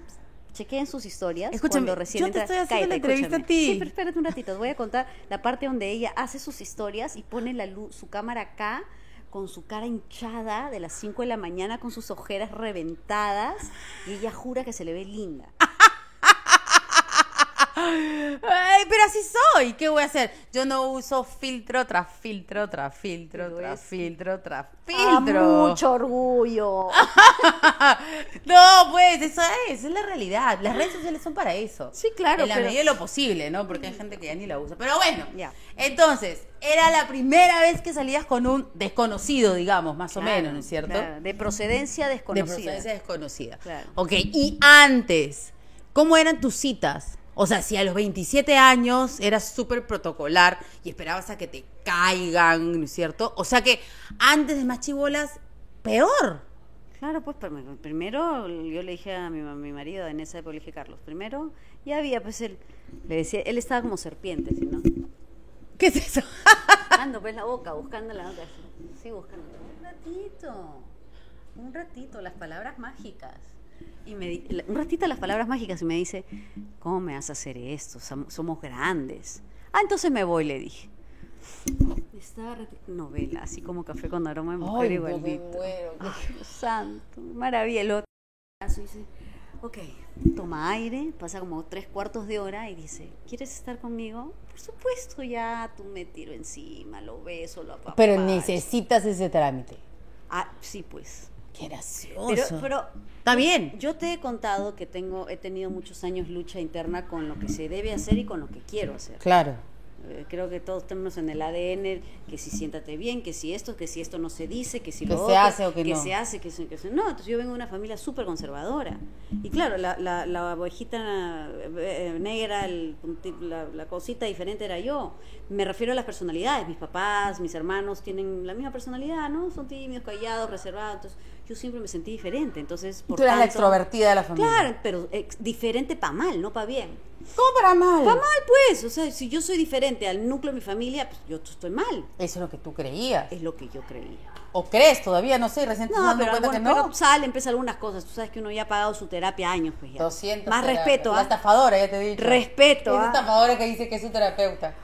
[SPEAKER 2] chequeen sus historias.
[SPEAKER 1] Escúchame,
[SPEAKER 2] cuando recién
[SPEAKER 1] yo te
[SPEAKER 2] entra-
[SPEAKER 1] estoy haciendo la entrevista a
[SPEAKER 2] escúchame.
[SPEAKER 1] ti.
[SPEAKER 2] Sí, pero espérate un ratito. Te voy a contar la parte donde ella hace sus historias y pone la luz, su cámara acá con su cara hinchada de las 5 de la mañana con sus ojeras reventadas y ella jura que se le ve linda.
[SPEAKER 1] Ay, pero así soy. ¿Qué voy a hacer? Yo no uso filtro tras filtro tras filtro
[SPEAKER 2] Pero
[SPEAKER 1] tras
[SPEAKER 2] es-
[SPEAKER 1] filtro tras
[SPEAKER 2] Ah,
[SPEAKER 1] filtro.
[SPEAKER 2] mucho orgullo.
[SPEAKER 1] No, pues, esa es, esa es la realidad. Las redes sociales son para eso.
[SPEAKER 2] Sí, claro,
[SPEAKER 1] En la
[SPEAKER 2] pero-
[SPEAKER 1] medida de lo posible, ¿no? Porque hay gente que ya ni la usa. Pero bueno,
[SPEAKER 2] Ya.
[SPEAKER 1] entonces, era la primera vez que salías con un desconocido, digamos, más o
[SPEAKER 2] Claro,
[SPEAKER 1] menos, ¿no es cierto?
[SPEAKER 2] claro, De procedencia
[SPEAKER 1] De
[SPEAKER 2] desconocida.
[SPEAKER 1] procedencia desconocida.
[SPEAKER 2] Claro.
[SPEAKER 1] Ok, y antes, ¿cómo eran tus citas? O sea, si a los 27 años eras súper protocolar y esperabas a que te caigan, ¿no es cierto? O sea que antes de más chibolas, peor.
[SPEAKER 2] Claro, pues pero me- primero yo le dije a mi, ma- mi marido en esa época, le dije Carlos, primero ya había, pues él, le decía, él estaba como serpiente, ¿sí, ¿no?
[SPEAKER 1] ¿Qué es eso?
[SPEAKER 2] Buscando, pues la boca, buscando la boca, así, sí, buscando. Un ratito, un ratito, las palabras mágicas. Y me di- la- un ratito las palabras mágicas y me dice, ¿cómo me vas a hacer esto? Som- Somos grandes. Ah, entonces me voy, le dije. Estaba reti- novela, así como café con aroma de mujer
[SPEAKER 1] Ay, no me
[SPEAKER 2] igualito.
[SPEAKER 1] muero.
[SPEAKER 2] Ay, Dios santo, maravilla. El otro brazo dice, ok, toma aire, pasa como tres cuartos de hora y dice, ¿quieres estar conmigo? Por supuesto, ya, tú me tiro encima, lo beso, lo apapacho.
[SPEAKER 1] Pero necesitas ese trámite.
[SPEAKER 2] Ah, sí, pues.
[SPEAKER 1] Qué gracioso.
[SPEAKER 2] Pero, pero
[SPEAKER 1] Está bien.
[SPEAKER 2] yo te he contado que tengo, he tenido muchos años lucha interna con lo que se debe hacer y con lo que quiero hacer.
[SPEAKER 1] Claro.
[SPEAKER 2] Eh, Creo que todos tenemos en el ADN que si siéntate bien, que si esto, que si esto no se dice, que si
[SPEAKER 1] Que
[SPEAKER 2] lo
[SPEAKER 1] se
[SPEAKER 2] otro,
[SPEAKER 1] hace o que no.
[SPEAKER 2] se hace, que se, que se- no. Entonces yo vengo de una familia súper conservadora. Y claro, la, la, la abejita, eh, negra, el punti- la, la cosita diferente era yo. Me refiero a las personalidades. Mis papás, mis hermanos tienen la misma personalidad, ¿no? Son tímidos, callados, reservados. Entonces yo siempre me sentí diferente. Entonces, por
[SPEAKER 1] Tú eras la
[SPEAKER 2] tanto-
[SPEAKER 1] extrovertida de la familia.
[SPEAKER 2] Claro, pero ex- diferente para mal, no para bien.
[SPEAKER 1] ¿Cómo para mal?
[SPEAKER 2] Está mal, pues. O sea, si yo soy diferente al núcleo de mi familia, pues yo estoy mal.
[SPEAKER 1] Eso es lo que tú creías.
[SPEAKER 2] Es lo que yo creía.
[SPEAKER 1] ¿O crees todavía? No sé, recién te estás
[SPEAKER 2] No,
[SPEAKER 1] dando
[SPEAKER 2] pero,
[SPEAKER 1] cuenta
[SPEAKER 2] bueno,
[SPEAKER 1] que no.
[SPEAKER 2] pero salen pues algunas cosas. Tú sabes que uno ya ha pagado su terapia años, pues ya.
[SPEAKER 1] 200
[SPEAKER 2] Más
[SPEAKER 1] terapias.
[SPEAKER 2] respeto,
[SPEAKER 1] La
[SPEAKER 2] ¿ah?
[SPEAKER 1] estafadora, ya te he dicho.
[SPEAKER 2] Respeto,
[SPEAKER 1] Esa
[SPEAKER 2] ¿ah?
[SPEAKER 1] estafadora que dice que es su terapeuta.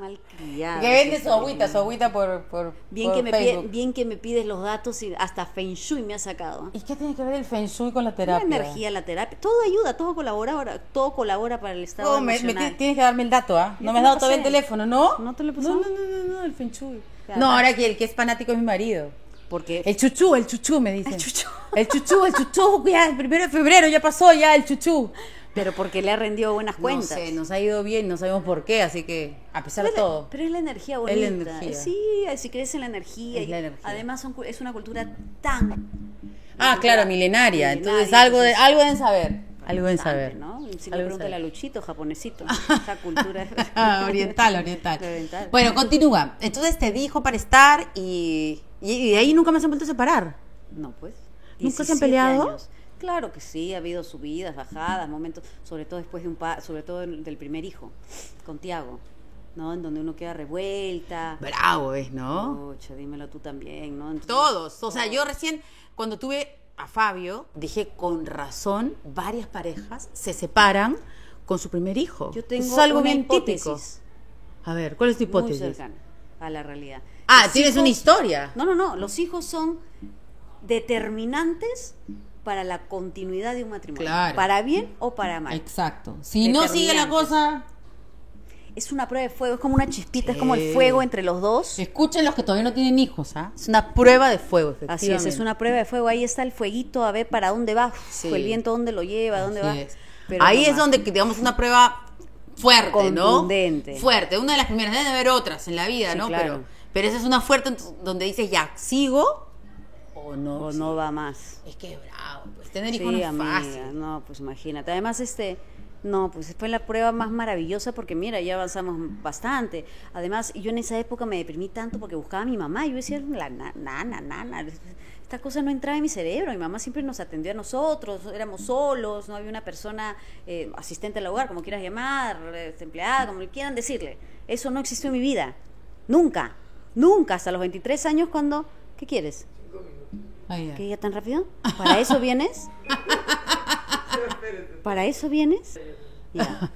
[SPEAKER 2] Malcriada,
[SPEAKER 1] que vende
[SPEAKER 2] qué
[SPEAKER 1] su agüita,
[SPEAKER 2] problema.
[SPEAKER 1] su agüita por, por,
[SPEAKER 2] Ah, Bien
[SPEAKER 1] por
[SPEAKER 2] que, me pide-
[SPEAKER 1] Facebook.
[SPEAKER 2] bien que me pides los datos y hasta Feng Shui me ha sacado. ¿ah?
[SPEAKER 1] ¿Y qué tiene que ver el Feng Shui con la
[SPEAKER 2] La
[SPEAKER 1] terapia?
[SPEAKER 2] energía, la terapia, todo ayuda, todo colabora, ahora- todo colabora para el estado
[SPEAKER 1] Oh, me- me
[SPEAKER 2] emocional.
[SPEAKER 1] ti- tienes que darme el dato, ¿ah? No
[SPEAKER 2] Ya te
[SPEAKER 1] me has
[SPEAKER 2] lo
[SPEAKER 1] dado todavía el
[SPEAKER 2] pasé.
[SPEAKER 1] teléfono, ¿no?
[SPEAKER 2] ¿No te lo he
[SPEAKER 1] No,
[SPEAKER 2] pasado?
[SPEAKER 1] no, no, no, no, el Feng Shui.
[SPEAKER 2] Ya,
[SPEAKER 1] No,
[SPEAKER 2] va.
[SPEAKER 1] ahora que el que es fanático es mi marido.
[SPEAKER 2] ¿Por qué?
[SPEAKER 1] El chuchú, el chuchú, me dicen.
[SPEAKER 2] El chuchú.
[SPEAKER 1] El chuchú, el chuchú, ya, el primero de febrero ya pasó, ya, el chuchú.
[SPEAKER 2] Pero porque le ha rendido buenas cuentas.
[SPEAKER 1] No sé, nos ha ido bien, no sabemos por qué, así que, a pesar de
[SPEAKER 2] Pero es la-
[SPEAKER 1] todo.
[SPEAKER 2] Pero es la energía bonita.
[SPEAKER 1] Es la energía.
[SPEAKER 2] Sí, si crees en la energía.
[SPEAKER 1] Es
[SPEAKER 2] y
[SPEAKER 1] la energía.
[SPEAKER 2] Además son cu- es una cultura tan...
[SPEAKER 1] Ah, claro, milenaria. Entonces,
[SPEAKER 2] Milenaria,
[SPEAKER 1] algo, de-
[SPEAKER 2] entonces-
[SPEAKER 1] algo deben saber. Algo deben
[SPEAKER 2] importante,
[SPEAKER 1] saber.
[SPEAKER 2] ¿no? Si
[SPEAKER 1] Algo deben
[SPEAKER 2] le preguntan a
[SPEAKER 1] saber.
[SPEAKER 2] Luchito, japonesito. Esa cultura...
[SPEAKER 1] Ah, oriental, oriental.
[SPEAKER 2] Oriental.
[SPEAKER 1] Bueno, continúa. Entonces te dijo para estar y, y, y de ahí nunca más se han vuelto a separar.
[SPEAKER 2] No, pues.
[SPEAKER 4] ¿Nunca se han
[SPEAKER 2] 17
[SPEAKER 4] peleado?
[SPEAKER 2] años. Claro que sí, ha habido subidas, bajadas, momentos, sobre todo después de un pa- sobre todo del del primer hijo, con Tiago, ¿no? En donde uno queda revuelta.
[SPEAKER 1] Bravo es, ¿no?
[SPEAKER 2] Pucha, dímelo tú también, ¿no? Entonces-
[SPEAKER 1] Todos. O sea, yo recién, cuando tuve a Fabio, dije con razón, varias parejas se separan con su primer hijo.
[SPEAKER 2] Yo tengo
[SPEAKER 1] es algo
[SPEAKER 2] una
[SPEAKER 1] bien típico.
[SPEAKER 2] hipótesis
[SPEAKER 1] A ver, ¿cuál es tu
[SPEAKER 2] muy
[SPEAKER 1] hipótesis?
[SPEAKER 2] cercana a la realidad.
[SPEAKER 1] Ah,
[SPEAKER 2] Los
[SPEAKER 1] tienes
[SPEAKER 2] hijos-
[SPEAKER 1] una historia.
[SPEAKER 2] No, no, no. Los hijos son determinantes para la continuidad de un matrimonio.
[SPEAKER 4] Claro.
[SPEAKER 2] Para bien o para mal.
[SPEAKER 4] Exacto. Si no sigue la cosa,
[SPEAKER 2] Es una prueba de fuego, es como una chispita, es como el fuego entre los dos.
[SPEAKER 4] escuchen los que todavía no tienen hijos, ¿ah?
[SPEAKER 1] Es una prueba de fuego,
[SPEAKER 2] Así es, es una prueba de fuego. Ahí está el fueguito, a ver para dónde va,
[SPEAKER 4] Sí.
[SPEAKER 2] el viento dónde lo lleva, dónde
[SPEAKER 4] Así
[SPEAKER 2] va.
[SPEAKER 4] es.
[SPEAKER 2] Pero
[SPEAKER 1] Ahí
[SPEAKER 2] no
[SPEAKER 1] es
[SPEAKER 2] más.
[SPEAKER 1] donde, que, digamos, una prueba fuerte,
[SPEAKER 2] Contundente.
[SPEAKER 1] ¿no? Fuerte, una de las primeras, deben haber otras en la vida,
[SPEAKER 2] Sí,
[SPEAKER 1] ¿no?
[SPEAKER 2] claro.
[SPEAKER 1] Pero, pero esa es una fuerte ent- donde dices, ya, ¿sigo o no?
[SPEAKER 2] O no va más.
[SPEAKER 1] Es que es bravo, pues tener
[SPEAKER 2] Sí,
[SPEAKER 1] hijos no es
[SPEAKER 2] amiga,
[SPEAKER 1] fácil.
[SPEAKER 2] no, pues imagínate. Además, este, no, pues fue la prueba más maravillosa porque mira, ya avanzamos bastante. Además, yo en esa época me deprimí tanto porque buscaba a mi mamá. Yo decía, la nana, nana, nana. Esta cosa no entraba en mi cerebro. Mi mamá siempre nos atendió a nosotros, éramos solos, no había una persona eh, asistente al hogar, como quieras llamar, eh, empleada, como quieran decirle. Eso no existió en mi vida. Nunca, nunca, hasta los 23 años cuando... ¿Qué quieres?
[SPEAKER 4] Ahí ya.
[SPEAKER 2] ¿Qué ya tan rápido? ¿Para eso vienes? ¿Para eso vienes? Ya.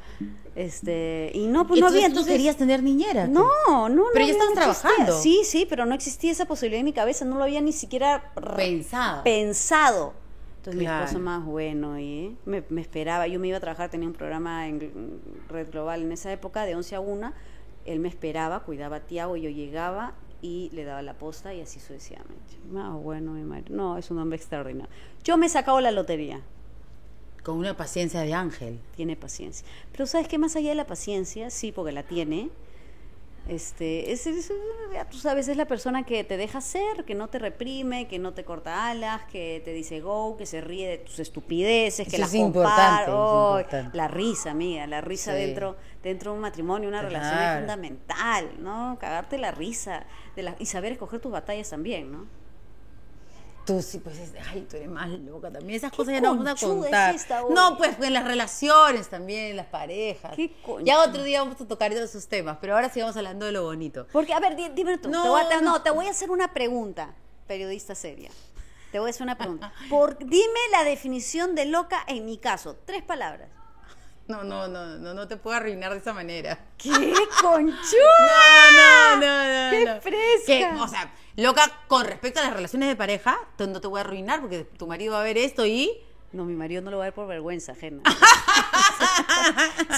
[SPEAKER 2] Este, y no, pues no había, entonces...
[SPEAKER 1] tener niñera. tú.
[SPEAKER 2] No, no, no.
[SPEAKER 1] Pero ya
[SPEAKER 2] había-
[SPEAKER 1] estabas
[SPEAKER 2] no existía.
[SPEAKER 1] trabajando.
[SPEAKER 2] Sí, sí, pero no existía esa posibilidad en mi cabeza, no lo había ni siquiera
[SPEAKER 1] Pensado.
[SPEAKER 2] pensado. Entonces mi
[SPEAKER 1] Claro.
[SPEAKER 2] esposo más bueno y me, me esperaba, yo me iba a trabajar, tenía un programa en gl- Red Global en esa época de 11 a 1, él me esperaba, cuidaba a Tiago, yo llegaba y le daba la posta y así sucesivamente. Más bueno mi madre, no, es un hombre extraordinario. Yo me he sacado la lotería,
[SPEAKER 1] Con una paciencia de ángel.
[SPEAKER 2] tiene paciencia. Pero ¿sabes qué? Más allá de la paciencia, sí, porque la tiene, este, es, es- ya tú sabes, es la persona que te deja ser, que no te reprime, que no te corta alas, que te dice go, que se ríe de tus estupideces, que
[SPEAKER 1] Eso
[SPEAKER 2] las
[SPEAKER 1] es
[SPEAKER 2] compara.
[SPEAKER 1] importante, es
[SPEAKER 2] Oh,
[SPEAKER 1] importante.
[SPEAKER 2] La risa, amiga, la risa
[SPEAKER 1] Sí.
[SPEAKER 2] dentro, dentro de un matrimonio, una relación es
[SPEAKER 1] Claro.
[SPEAKER 2] fundamental, ¿no? Cagarte la risa de la- y saber escoger tus batallas también, ¿no?
[SPEAKER 1] Tú sí, pues, es- ay, tú eres más loca también. Esas cosas ya no vamos a
[SPEAKER 2] conchuda es
[SPEAKER 1] contar.
[SPEAKER 2] esta, oye?
[SPEAKER 1] no, pues, en las relaciones también, en las parejas.
[SPEAKER 2] Qué conchuda.
[SPEAKER 1] ya otro día vamos a tocar todos esos temas, pero ahora sigamos hablando de lo bonito.
[SPEAKER 2] Porque, a ver, di- dime tú.
[SPEAKER 1] No,
[SPEAKER 2] te voy a, te-
[SPEAKER 1] no.
[SPEAKER 2] no, te voy a hacer una pregunta, periodista seria. Te voy a hacer una pregunta. Por, dime la definición de loca en mi caso. Tres palabras.
[SPEAKER 1] No, no, no, no, no te puedo arruinar de esa manera.
[SPEAKER 2] ¡Qué conchuda!
[SPEAKER 1] No, no, no, no.
[SPEAKER 2] ¡Qué
[SPEAKER 1] no.
[SPEAKER 2] fresca!
[SPEAKER 1] Que, o sea, loca, con respecto a las relaciones de pareja, tú- no te voy a arruinar porque tu marido va a ver esto y.
[SPEAKER 2] No, mi marido no lo va a ver por vergüenza ajena.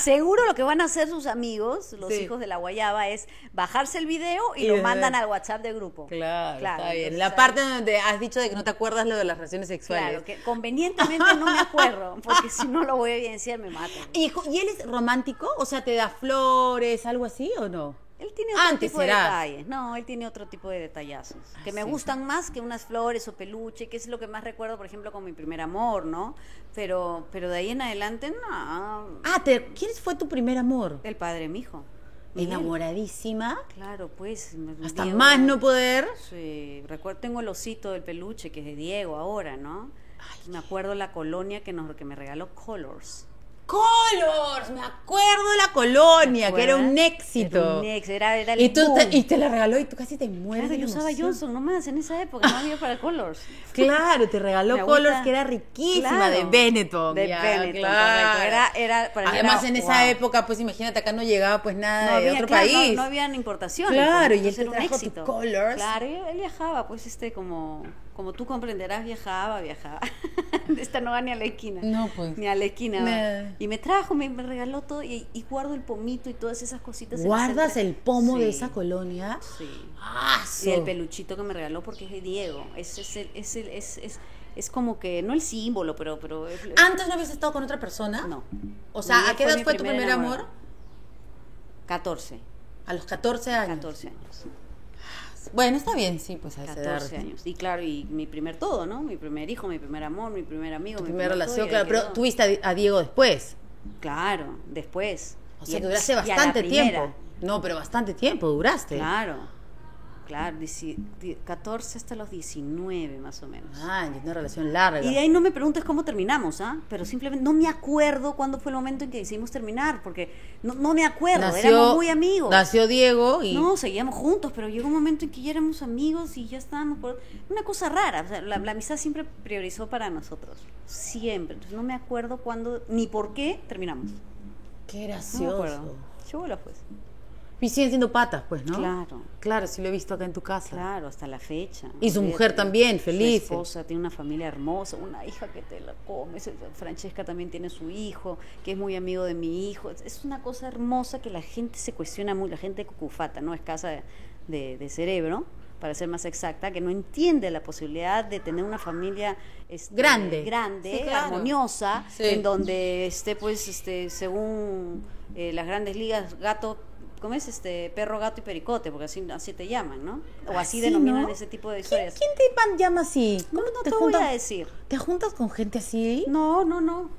[SPEAKER 2] Seguro lo que van a hacer sus amigos, los
[SPEAKER 1] Sí.
[SPEAKER 2] hijos de la guayaba, es bajarse el video y,
[SPEAKER 1] Y
[SPEAKER 2] lo
[SPEAKER 1] de-
[SPEAKER 2] mandan al WhatsApp del grupo.
[SPEAKER 1] está bien.
[SPEAKER 2] entonces
[SPEAKER 1] La
[SPEAKER 2] ahí-
[SPEAKER 1] parte donde has dicho de que no te acuerdas lo de las relaciones sexuales.
[SPEAKER 2] Claro, que convenientemente no me acuerdo, porque si no lo voy a evidenciar me matan.
[SPEAKER 1] ¿Y, jo- ¿y él es romántico? O sea, ¿te da flores, algo así o no?
[SPEAKER 2] Él tiene otro
[SPEAKER 1] Antes
[SPEAKER 2] tipo
[SPEAKER 1] era. Ah,
[SPEAKER 2] de detalles. No, él tiene otro tipo de detallazos. que me gustan más que unas flores o peluche, que es lo que más recuerdo, por ejemplo, con mi primer amor, ¿no? Pero, pero de ahí en adelante, no.
[SPEAKER 1] Ah, te, ¿quién fue tu primer amor?
[SPEAKER 2] El padre de mi hijo. Miguel.
[SPEAKER 1] Enamoradísima.
[SPEAKER 2] Claro, pues. me-
[SPEAKER 1] Hasta
[SPEAKER 2] Diego-
[SPEAKER 1] más no poder.
[SPEAKER 2] Sí, recuerdo, tengo el osito del peluche, que es de Diego ahora, ¿no? me acuerdo la colonia que, nos, que me regaló Colors.
[SPEAKER 1] Colors, me acuerdo de la colonia,
[SPEAKER 2] ¿Te
[SPEAKER 1] que era un
[SPEAKER 2] acuerdas?
[SPEAKER 1] éxito.
[SPEAKER 2] Era un éxito, era, era el
[SPEAKER 1] y, tú
[SPEAKER 2] boom.
[SPEAKER 1] te, y te la regaló y tú casi te mueres.
[SPEAKER 2] Claro,
[SPEAKER 1] de
[SPEAKER 2] yo usaba
[SPEAKER 1] emoción.
[SPEAKER 2] Johnson nomás en esa época, no había para Colors.
[SPEAKER 1] Claro, te regaló
[SPEAKER 2] Mi abuela-
[SPEAKER 1] Colors que era riquísima
[SPEAKER 2] Claro,
[SPEAKER 1] de Benetton.
[SPEAKER 2] de
[SPEAKER 1] ya,
[SPEAKER 2] Benetton, correcto. Era- era- para mí
[SPEAKER 1] Además,
[SPEAKER 2] era-
[SPEAKER 1] en esa
[SPEAKER 2] wow.
[SPEAKER 1] época, pues imagínate, acá no llegaba pues nada
[SPEAKER 2] No
[SPEAKER 1] de
[SPEAKER 2] había,
[SPEAKER 1] otro
[SPEAKER 2] claro, no-
[SPEAKER 1] país.
[SPEAKER 2] No, habían importaciones.
[SPEAKER 1] Claro,
[SPEAKER 2] pues,
[SPEAKER 1] y él
[SPEAKER 2] entonces
[SPEAKER 1] te
[SPEAKER 2] era un
[SPEAKER 1] trajo tu
[SPEAKER 2] éxito.
[SPEAKER 1] Colors.
[SPEAKER 2] Claro, él, él viajaba, pues este como como tú comprenderás, viajaba, viajaba. Esta no va ni a la esquina.
[SPEAKER 4] No, pues.
[SPEAKER 2] Ni a la esquina.
[SPEAKER 1] Nada.
[SPEAKER 2] va. Y me trajo, me, me regaló todo y, y guardo el pomito y todas esas cositas. en las
[SPEAKER 1] ¿Guardas
[SPEAKER 2] entre-
[SPEAKER 1] el pomo de
[SPEAKER 2] Sí,
[SPEAKER 1] esa colonia?
[SPEAKER 2] Sí.
[SPEAKER 1] ¡Ah,
[SPEAKER 2] Y el
[SPEAKER 1] su-
[SPEAKER 2] peluchito que me regaló porque es de Diego. Es, es, el- es, el- es, es, es como que, no el símbolo, pero... pero es-
[SPEAKER 1] ¿Antes Ah, no habías estado con otra persona?
[SPEAKER 2] No.
[SPEAKER 1] O sea,
[SPEAKER 2] Miguel
[SPEAKER 1] ¿a qué edad
[SPEAKER 2] mi
[SPEAKER 1] fue tu primer amor?
[SPEAKER 2] enamorado. 14.
[SPEAKER 1] A los 14 años.
[SPEAKER 2] 14 años.
[SPEAKER 4] Bueno, está bien, sí, pues a esa edad.
[SPEAKER 2] 14 años. Y claro, y mi primer todo, ¿no? Mi primer hijo, mi primer amor, mi primer amigo.
[SPEAKER 1] Tu
[SPEAKER 2] mi
[SPEAKER 1] primera
[SPEAKER 2] primer todo,
[SPEAKER 1] relación,
[SPEAKER 2] y
[SPEAKER 1] claro.
[SPEAKER 2] ahí
[SPEAKER 1] Pero
[SPEAKER 2] quedó.
[SPEAKER 1] tuviste a Di- a Diego después.
[SPEAKER 2] Claro, después.
[SPEAKER 1] O
[SPEAKER 2] Y
[SPEAKER 1] sea,
[SPEAKER 2] a-
[SPEAKER 1] que duraste
[SPEAKER 2] y a la
[SPEAKER 1] bastante
[SPEAKER 2] primera.
[SPEAKER 1] tiempo. No, pero bastante tiempo duraste.
[SPEAKER 2] Claro. claro, dieci- die- 14 hasta los 19 más o menos.
[SPEAKER 1] Ah, y una relación larga.
[SPEAKER 2] Y de ahí no me preguntes cómo terminamos, ¿ah? Pero simplemente no me acuerdo cuándo fue el momento en que decidimos terminar, porque no, no me acuerdo, éramos muy amigos.
[SPEAKER 1] Nació Diego y.
[SPEAKER 2] No, seguíamos juntos, pero llegó un momento en que ya éramos amigos y ya estábamos por... Una cosa rara, o sea, la, la amistad siempre priorizó para nosotros, siempre. Entonces no me acuerdo cuándo, ni por qué terminamos.
[SPEAKER 1] Qué
[SPEAKER 2] No me
[SPEAKER 1] gracioso.
[SPEAKER 2] acuerdo. Chola, pues.
[SPEAKER 1] y siguen siendo patas, pues, ¿no?
[SPEAKER 2] Claro.
[SPEAKER 1] Claro, sí lo he visto acá en tu casa.
[SPEAKER 2] Claro, hasta la fecha.
[SPEAKER 1] Y su
[SPEAKER 2] Olvídate.
[SPEAKER 1] mujer también,
[SPEAKER 2] Su
[SPEAKER 1] feliz.
[SPEAKER 2] esposa tiene una familia hermosa, una hija que te la comes. Francesca también tiene su hijo, que es muy amigo de mi hijo. Es- Es una cosa hermosa que la gente se cuestiona muy, la gente cucufata, ¿no? Escasa de, de, de cerebro, para ser más exacta, que no entiende la posibilidad de tener una familia este,
[SPEAKER 1] Grande.
[SPEAKER 2] grande
[SPEAKER 4] Sí, claro.
[SPEAKER 2] armoniosa,
[SPEAKER 4] Sí.
[SPEAKER 2] en donde esté, pues, este, según eh, las grandes ligas, gato. ¿Cómo es este perro, gato y pericote? Porque así, así te llaman, ¿no? O así
[SPEAKER 1] Así,
[SPEAKER 2] denominan
[SPEAKER 1] ¿no?
[SPEAKER 2] ese tipo de
[SPEAKER 1] ¿Quién,
[SPEAKER 2] historias.
[SPEAKER 1] quién te pan- llama así?
[SPEAKER 2] No,
[SPEAKER 1] ¿Cómo
[SPEAKER 2] no
[SPEAKER 1] te,
[SPEAKER 2] te voy
[SPEAKER 1] juntas?
[SPEAKER 2] a decir.
[SPEAKER 1] ¿Te juntas con gente así?
[SPEAKER 2] No, no, no.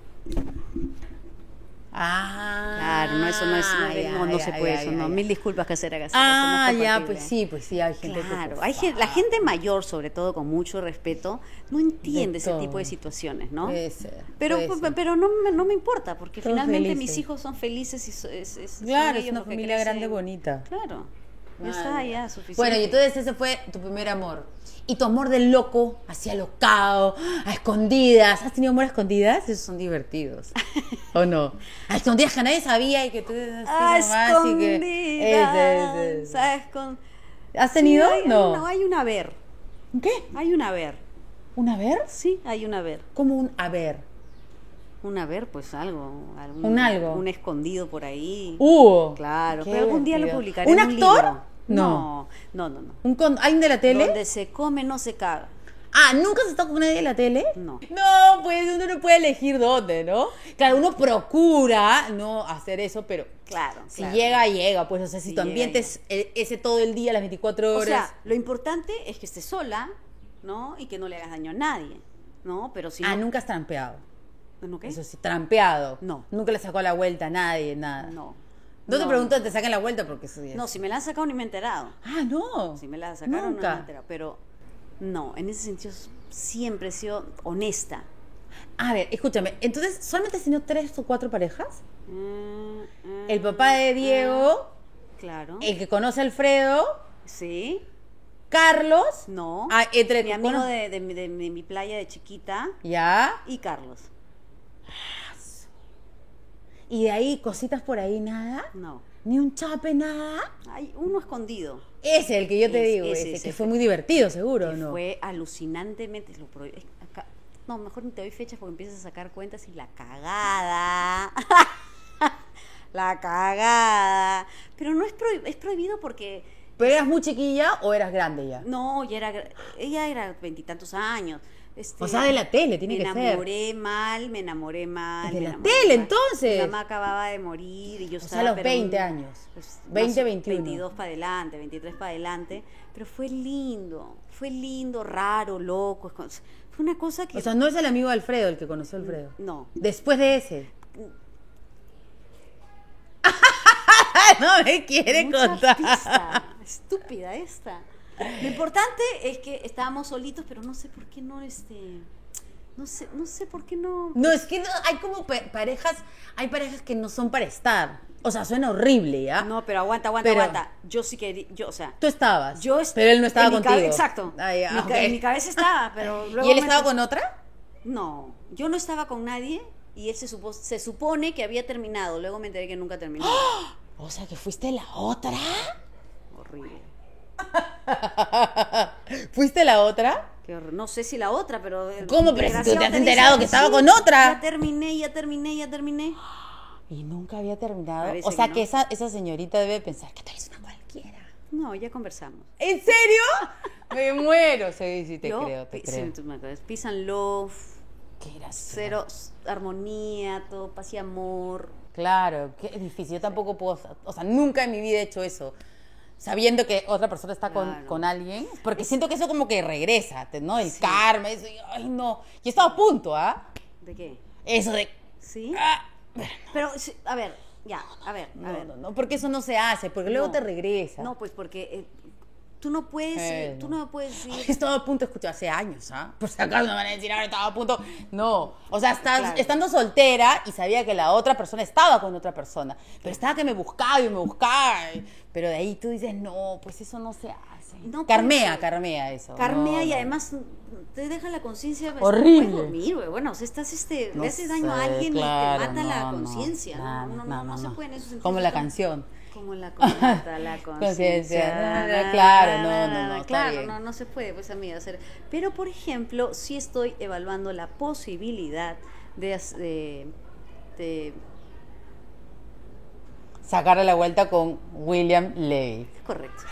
[SPEAKER 1] Ah.
[SPEAKER 2] Claro, no, eso no es. No,
[SPEAKER 1] ya,
[SPEAKER 2] no, no
[SPEAKER 1] ya,
[SPEAKER 2] se puede,
[SPEAKER 1] ya,
[SPEAKER 2] eso
[SPEAKER 1] ya,
[SPEAKER 2] no.
[SPEAKER 1] ya.
[SPEAKER 2] Mil disculpas, casera, casera.
[SPEAKER 1] Ah,
[SPEAKER 2] eso no es
[SPEAKER 1] ya,
[SPEAKER 2] compatible.
[SPEAKER 1] pues sí, pues sí, hay gente que
[SPEAKER 2] Claro,
[SPEAKER 1] pues,
[SPEAKER 2] hay gen- la
[SPEAKER 1] va.
[SPEAKER 2] gente mayor, sobre todo, con mucho respeto, no entiende ese
[SPEAKER 1] todo.
[SPEAKER 2] tipo de situaciones, ¿no?
[SPEAKER 1] Puede ser,
[SPEAKER 2] Pero, pues,
[SPEAKER 1] puede
[SPEAKER 2] pe-
[SPEAKER 1] ser.
[SPEAKER 2] pero no, me- no me importa, porque
[SPEAKER 1] Todos
[SPEAKER 2] finalmente mis
[SPEAKER 1] felices.
[SPEAKER 2] hijos son felices y so- es, es- pues, son
[SPEAKER 1] Claro, es
[SPEAKER 2] ellos
[SPEAKER 1] una
[SPEAKER 2] los que
[SPEAKER 1] familia grande,
[SPEAKER 2] crecen.
[SPEAKER 1] bonita.
[SPEAKER 2] Claro, ya
[SPEAKER 1] Vale.
[SPEAKER 2] está, ya, suficiente.
[SPEAKER 1] Bueno, y entonces ese fue tu primer amor. Y tu amor de loco, hacia locado, a escondidas. ¿Has tenido amor a escondidas? Esos son divertidos. ¿O no? A escondidas que nadie sabía y que tú. así
[SPEAKER 2] A
[SPEAKER 1] nomás y que-
[SPEAKER 2] escondidas,
[SPEAKER 1] Ese, ese, ese.
[SPEAKER 2] ¿sabes? Con...
[SPEAKER 1] ¿Has tenido?
[SPEAKER 2] Sí, hay-
[SPEAKER 1] no.
[SPEAKER 2] No, hay un haber,
[SPEAKER 1] ¿Qué?
[SPEAKER 2] hay un haber,
[SPEAKER 1] ¿Un haber?
[SPEAKER 2] sí, hay un haber.
[SPEAKER 1] Como un haber.
[SPEAKER 2] Un haber, pues algo. Algún,
[SPEAKER 1] Un algo.
[SPEAKER 2] Un escondido por ahí.
[SPEAKER 1] Hubo.
[SPEAKER 2] claro,
[SPEAKER 1] Qué
[SPEAKER 2] pero algún día lo
[SPEAKER 1] divertido.
[SPEAKER 2] publicaré.
[SPEAKER 1] ¿Un
[SPEAKER 2] en
[SPEAKER 1] actor?
[SPEAKER 2] libro.
[SPEAKER 1] No.
[SPEAKER 2] No, no, no. no.
[SPEAKER 1] Un con- ¿Alguien de la tele?
[SPEAKER 2] Donde se come no se caga.
[SPEAKER 1] Ah, ¿nunca has estado con nadie de la tele?
[SPEAKER 2] No.
[SPEAKER 1] No, pues uno no puede elegir dónde, ¿no? Claro, uno procura no hacer eso, pero
[SPEAKER 2] Claro.
[SPEAKER 1] si
[SPEAKER 2] claro.
[SPEAKER 1] llega, llega. Pues, o sea, si,
[SPEAKER 2] Si
[SPEAKER 1] tu
[SPEAKER 2] llega,
[SPEAKER 1] ambiente es eh, ese todo el día, las 24
[SPEAKER 2] O
[SPEAKER 1] horas.
[SPEAKER 2] sea, lo importante es que estés sola, ¿no? Y que no le hagas daño a nadie, ¿no? Pero si
[SPEAKER 1] ah,
[SPEAKER 2] no.
[SPEAKER 1] nunca has trampeado.
[SPEAKER 2] ¿no qué?
[SPEAKER 1] Eso sí, trampeado.
[SPEAKER 2] No.
[SPEAKER 1] Nunca le sacó la vuelta a nadie, nada.
[SPEAKER 2] No.
[SPEAKER 1] No te
[SPEAKER 2] No,
[SPEAKER 1] pregunto, te sacan la vuelta porque eso ya es-
[SPEAKER 2] No, si me la han sacado ni me he enterado.
[SPEAKER 1] Ah, no.
[SPEAKER 2] Si me la sacaron, no
[SPEAKER 1] Nunca.
[SPEAKER 2] me he enterado. Pero no, en ese sentido siempre he sido honesta.
[SPEAKER 1] A ver, escúchame. Entonces, ¿solamente has tenido tres o cuatro parejas?
[SPEAKER 2] Mm, mm,
[SPEAKER 1] El papá de Diego,
[SPEAKER 2] Claro.
[SPEAKER 1] el que conoce a Alfredo,
[SPEAKER 2] Sí.
[SPEAKER 1] Carlos.
[SPEAKER 2] No.
[SPEAKER 1] Ah, entre
[SPEAKER 2] mi amigo
[SPEAKER 1] cono-
[SPEAKER 2] de, de mi- de mi- mi playa de chiquita
[SPEAKER 1] Ya.
[SPEAKER 2] y Carlos.
[SPEAKER 1] Y de ahí, cositas por ahí, nada.
[SPEAKER 2] No.
[SPEAKER 1] Ni un chape, nada.
[SPEAKER 2] Hay uno escondido.
[SPEAKER 1] Ese, el que yo te
[SPEAKER 2] Ese,
[SPEAKER 1] digo,
[SPEAKER 2] ese,
[SPEAKER 1] ese,
[SPEAKER 2] ese
[SPEAKER 1] que
[SPEAKER 2] fue.
[SPEAKER 1] fue muy divertido, seguro,
[SPEAKER 2] que
[SPEAKER 1] ¿no?
[SPEAKER 2] Fue alucinantemente. Lo pro- eh, acá- No, mejor ni te doy fechas porque empiezas a sacar cuentas y la cagada. la cagada. Pero no es, prohi- es prohibido porque.
[SPEAKER 1] ¿Pero eras muy chiquilla o eras grande ya?
[SPEAKER 2] No, ella era, gra- ella era veintitantos años. Este,
[SPEAKER 1] O sea, de la tele, tiene
[SPEAKER 2] me
[SPEAKER 1] que ser.
[SPEAKER 2] enamoré mal, me enamoré mal.
[SPEAKER 1] De
[SPEAKER 2] me
[SPEAKER 1] la
[SPEAKER 2] enamoré
[SPEAKER 1] tele,
[SPEAKER 2] mal.
[SPEAKER 1] entonces.
[SPEAKER 2] Mi mamá acababa de morir y yo
[SPEAKER 1] O sea,
[SPEAKER 2] estaba.
[SPEAKER 1] a los
[SPEAKER 2] pero
[SPEAKER 1] 20
[SPEAKER 2] un-
[SPEAKER 1] años.
[SPEAKER 2] pues,
[SPEAKER 1] 20,
[SPEAKER 2] más o-
[SPEAKER 1] 21.
[SPEAKER 2] 22 para adelante, 23 para adelante. Pero fue lindo, fue lindo, raro, loco. es con- Fue una cosa que.
[SPEAKER 1] O sea, no es el amigo de Alfredo el que conoció
[SPEAKER 2] Mm.
[SPEAKER 1] a Alfredo.
[SPEAKER 2] no.
[SPEAKER 1] Después de ese. no me quiere
[SPEAKER 2] Mucha
[SPEAKER 1] contar.
[SPEAKER 2] pista, Estúpida esta. Lo importante es que estábamos solitos, pero no sé por qué no este. No sé, no sé por qué no.
[SPEAKER 1] No, es que no- hay como pe- parejas, hay parejas que no son para estar. O sea, suena horrible, ¿ya?
[SPEAKER 2] No, pero aguanta, aguanta,
[SPEAKER 1] Ah. Pero-
[SPEAKER 2] aguanta. Yo sí quería, yo, o sea,
[SPEAKER 1] Tú estabas.
[SPEAKER 2] yo est-
[SPEAKER 1] Pero él no estaba
[SPEAKER 2] en mi
[SPEAKER 1] contigo.
[SPEAKER 2] cabe- exacto.
[SPEAKER 1] Ah, ya,
[SPEAKER 2] mi ca-
[SPEAKER 1] ok.
[SPEAKER 2] En mi cabeza estaba, pero luego
[SPEAKER 1] ¿Y él
[SPEAKER 2] me-
[SPEAKER 1] estaba con otra?
[SPEAKER 2] No, yo no estaba con nadie y él se, supo- se supone que había terminado. Luego me enteré que nunca terminó.
[SPEAKER 1] O sea, que fuiste la otra.
[SPEAKER 2] Horrible.
[SPEAKER 1] ¿Fuiste la otra?
[SPEAKER 2] Qué horror- No sé si la otra, pero. el
[SPEAKER 1] ¿Cómo? Pero si tú te
[SPEAKER 2] desgraciado
[SPEAKER 1] has
[SPEAKER 2] dice,
[SPEAKER 1] enterado que estaba con otra.
[SPEAKER 2] Ya terminé, ya terminé, ya terminé.
[SPEAKER 1] Y nunca había terminado.
[SPEAKER 2] Parece
[SPEAKER 1] o sea, que,
[SPEAKER 2] que no.
[SPEAKER 1] esa, esa señorita debe pensar que tú eres una cualquiera.
[SPEAKER 2] No, ya conversamos.
[SPEAKER 1] ¿En serio? Me muero. Sí, sí, te
[SPEAKER 2] Yo-
[SPEAKER 1] creo, te
[SPEAKER 2] sí,
[SPEAKER 1] creo.
[SPEAKER 2] tú me acuerdas. Peace and love,
[SPEAKER 1] Qué gracioso.
[SPEAKER 2] cero s- armonía, todo paz y amor.
[SPEAKER 1] Claro, qué difícil. Yo tampoco puedo. O sea, nunca en mi vida he hecho eso. Sabiendo que otra persona está con,
[SPEAKER 2] Claro.
[SPEAKER 1] con alguien. Porque siento que eso como que regresa, te- ¿no? El karma, eso. y- ay, no. Yo estaba a punto, ¿ah?
[SPEAKER 2] ¿De qué?
[SPEAKER 1] Eso de.
[SPEAKER 2] ¿Sí?
[SPEAKER 1] ah,
[SPEAKER 2] Pero, sí, a ver, ya, a ver, a
[SPEAKER 1] No,
[SPEAKER 2] ver.
[SPEAKER 1] no, no, porque eso no se hace, porque luego
[SPEAKER 2] No.
[SPEAKER 1] te regresa.
[SPEAKER 2] No, pues porque eh, tú no puedes,
[SPEAKER 4] Eh,
[SPEAKER 2] tú
[SPEAKER 4] no.
[SPEAKER 2] no puedes ir.
[SPEAKER 1] Estaba a punto de escuchar hace años, ¿ah? Por si acaso me van a decir, ahora estaba a punto. No. O sea, estás-
[SPEAKER 2] Claro.
[SPEAKER 1] estando soltera y sabía que la otra persona estaba con otra persona. Pero estaba que me buscaba y me buscaba. y- Pero de ahí tú dices, no, pues eso no se hace.
[SPEAKER 2] No
[SPEAKER 1] carmea,
[SPEAKER 2] puede.
[SPEAKER 1] carmea eso.
[SPEAKER 2] Carmea
[SPEAKER 1] No,
[SPEAKER 2] y
[SPEAKER 1] no.
[SPEAKER 2] además te deja la conciencia pues,
[SPEAKER 1] Horrible.
[SPEAKER 2] no puedes dormir, güey. Bueno, o sea, estás este,
[SPEAKER 1] No
[SPEAKER 2] le haces daño a
[SPEAKER 1] sé,
[SPEAKER 2] alguien
[SPEAKER 1] claro,
[SPEAKER 2] y te mata
[SPEAKER 1] no,
[SPEAKER 2] la
[SPEAKER 1] no,
[SPEAKER 2] conciencia. No,
[SPEAKER 1] nada,
[SPEAKER 2] no, no,
[SPEAKER 1] nada,
[SPEAKER 2] no, se
[SPEAKER 1] no.
[SPEAKER 2] puede en esos sentidos.
[SPEAKER 1] Como la
[SPEAKER 2] Como-
[SPEAKER 1] canción.
[SPEAKER 2] Como la mata la conciencia.
[SPEAKER 1] Conciencia.
[SPEAKER 2] na, na,
[SPEAKER 1] Claro, no,
[SPEAKER 2] na,
[SPEAKER 1] no,
[SPEAKER 2] na,
[SPEAKER 1] no,
[SPEAKER 2] na.
[SPEAKER 1] está
[SPEAKER 2] Claro,
[SPEAKER 1] bien.
[SPEAKER 2] no, no se puede, pues amiga, hacer. Pero por ejemplo, sí estoy evaluando la posibilidad de, as- de, de-
[SPEAKER 1] Sacarle la vuelta con William Levy.
[SPEAKER 2] correcto.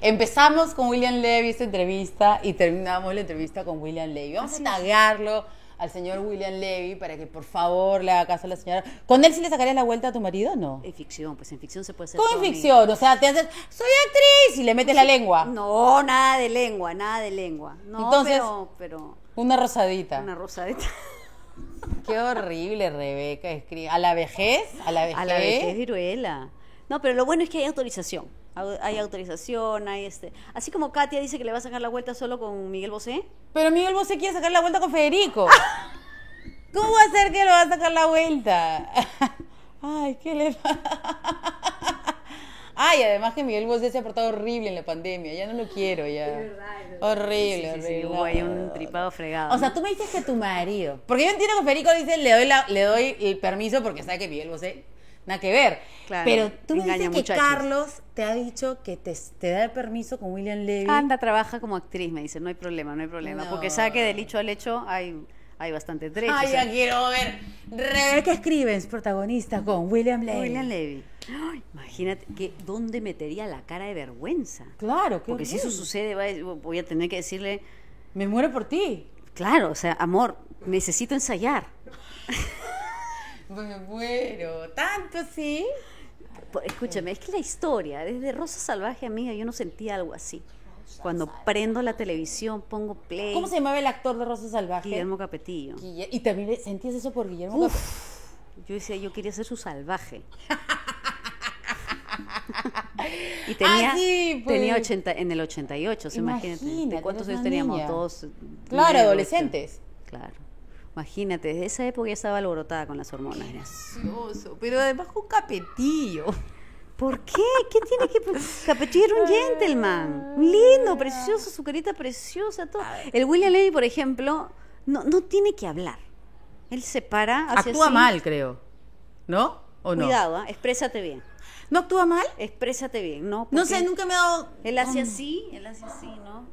[SPEAKER 1] Empezamos con William Levy esta entrevista y terminamos la entrevista con William Levy. Vamos a tagarlo al señor William Levy para que por favor le haga caso a la señora. ¿Con él sí le sacarías la vuelta a tu marido o no?
[SPEAKER 2] En ficción, pues en ficción se puede hacer.
[SPEAKER 1] Con
[SPEAKER 2] todo, amiga.
[SPEAKER 1] ficción, o sea, te haces, soy actriz y le metes la lengua.
[SPEAKER 2] No, nada de lengua, nada de lengua. No,
[SPEAKER 1] Entonces-
[SPEAKER 2] pero, pero
[SPEAKER 1] Una rosadita.
[SPEAKER 2] una rosa de
[SPEAKER 1] Qué horrible, Rebeca. escribe. A la vejez, a la vejez.
[SPEAKER 2] A la vejez viruela. No, pero lo bueno es que hay autorización. Au- Hay autorización, hay este. Así como Katia dice que le va a sacar la vuelta solo con Miguel Bosé.
[SPEAKER 1] Pero Miguel Bosé quiere sacar la vuelta con Federico. ¿Cómo va a ser que le va a sacar la vuelta? Ay, ¿qué le pasa? Ay, además que Miguel Bosé se ha portado horrible en la pandemia. Ya no lo quiero, ya. Horrible,
[SPEAKER 2] Sí, sí,
[SPEAKER 1] horrible.
[SPEAKER 2] hubo ahí un tripado fregado.
[SPEAKER 1] O sea, tú me dices que tu marido. Porque yo entiendo que Federico dice, le doy, la- le doy el permiso porque sabe que Miguel Bosé nada que ver.
[SPEAKER 2] Claro,
[SPEAKER 1] Pero tú me
[SPEAKER 2] engaña
[SPEAKER 1] dices que
[SPEAKER 2] muchachos.
[SPEAKER 1] Carlos te ha dicho que te, te da el permiso con William Levy.
[SPEAKER 2] ¿no? anda, trabaja como actriz, me dice, no hay problema, no hay problema.
[SPEAKER 1] No.
[SPEAKER 2] Porque sabe que del hecho al hecho hay, hay bastante trecho. o
[SPEAKER 1] Ay,
[SPEAKER 2] sea,
[SPEAKER 1] ya quiero ver. Rebeca Escribens, protagonista con William Levy.
[SPEAKER 2] William Levy. Ay, imagínate que dónde metería la cara de vergüenza.
[SPEAKER 1] Claro, qué
[SPEAKER 2] Porque si eso
[SPEAKER 1] horrible.
[SPEAKER 2] sucede, va- eh, voy a tener que decirle,
[SPEAKER 1] Me muero por ti.
[SPEAKER 2] claro, o sea, amor, necesito ensayar.
[SPEAKER 1] Me muero. Tanto sí.
[SPEAKER 2] Por- Escúchame, es que la historia, desde Rosa Salvaje, amiga, yo no sentía algo así. Cuando prendo la televisión, pongo play,
[SPEAKER 1] ¿Cómo se llamaba el actor de Rosa Salvaje?
[SPEAKER 2] Guillermo Capetillo.
[SPEAKER 1] Guille- Y también sentías eso por Guillermo. Capet-
[SPEAKER 2] Yo decía, yo quería ser su salvaje. y tenía,
[SPEAKER 1] Ah, sí, pues.
[SPEAKER 2] tenía 80, en el 88, o sea, imagínate. ¿de
[SPEAKER 1] Imagínate, eras
[SPEAKER 2] ¿Cuántos años
[SPEAKER 1] una
[SPEAKER 2] teníamos?
[SPEAKER 1] niña.
[SPEAKER 2] Todos.
[SPEAKER 1] Claro,
[SPEAKER 2] negros,
[SPEAKER 1] adolescentes.
[SPEAKER 2] Claro. Imagínate, desde esa época ya estaba alborotada con las hormonas. ya.
[SPEAKER 1] Pero además con capetillo.
[SPEAKER 2] ¿Por qué? ¿Qué tiene que.? Capetillo era un gentleman. un Lindo, precioso, su carita preciosa, todo. El William Levy, por ejemplo, no, no tiene que hablar. Él se para, hace
[SPEAKER 1] Actúa
[SPEAKER 2] así.
[SPEAKER 1] mal, creo. ¿No? ¿O no?
[SPEAKER 2] Cuidado, ¿ah? exprésate bien.
[SPEAKER 1] ¿No actúa mal?
[SPEAKER 2] Exprésate bien, ¿no?
[SPEAKER 1] No
[SPEAKER 2] porque
[SPEAKER 1] sé, nunca me he dado.
[SPEAKER 2] Él hace así, él hace así, ¿no?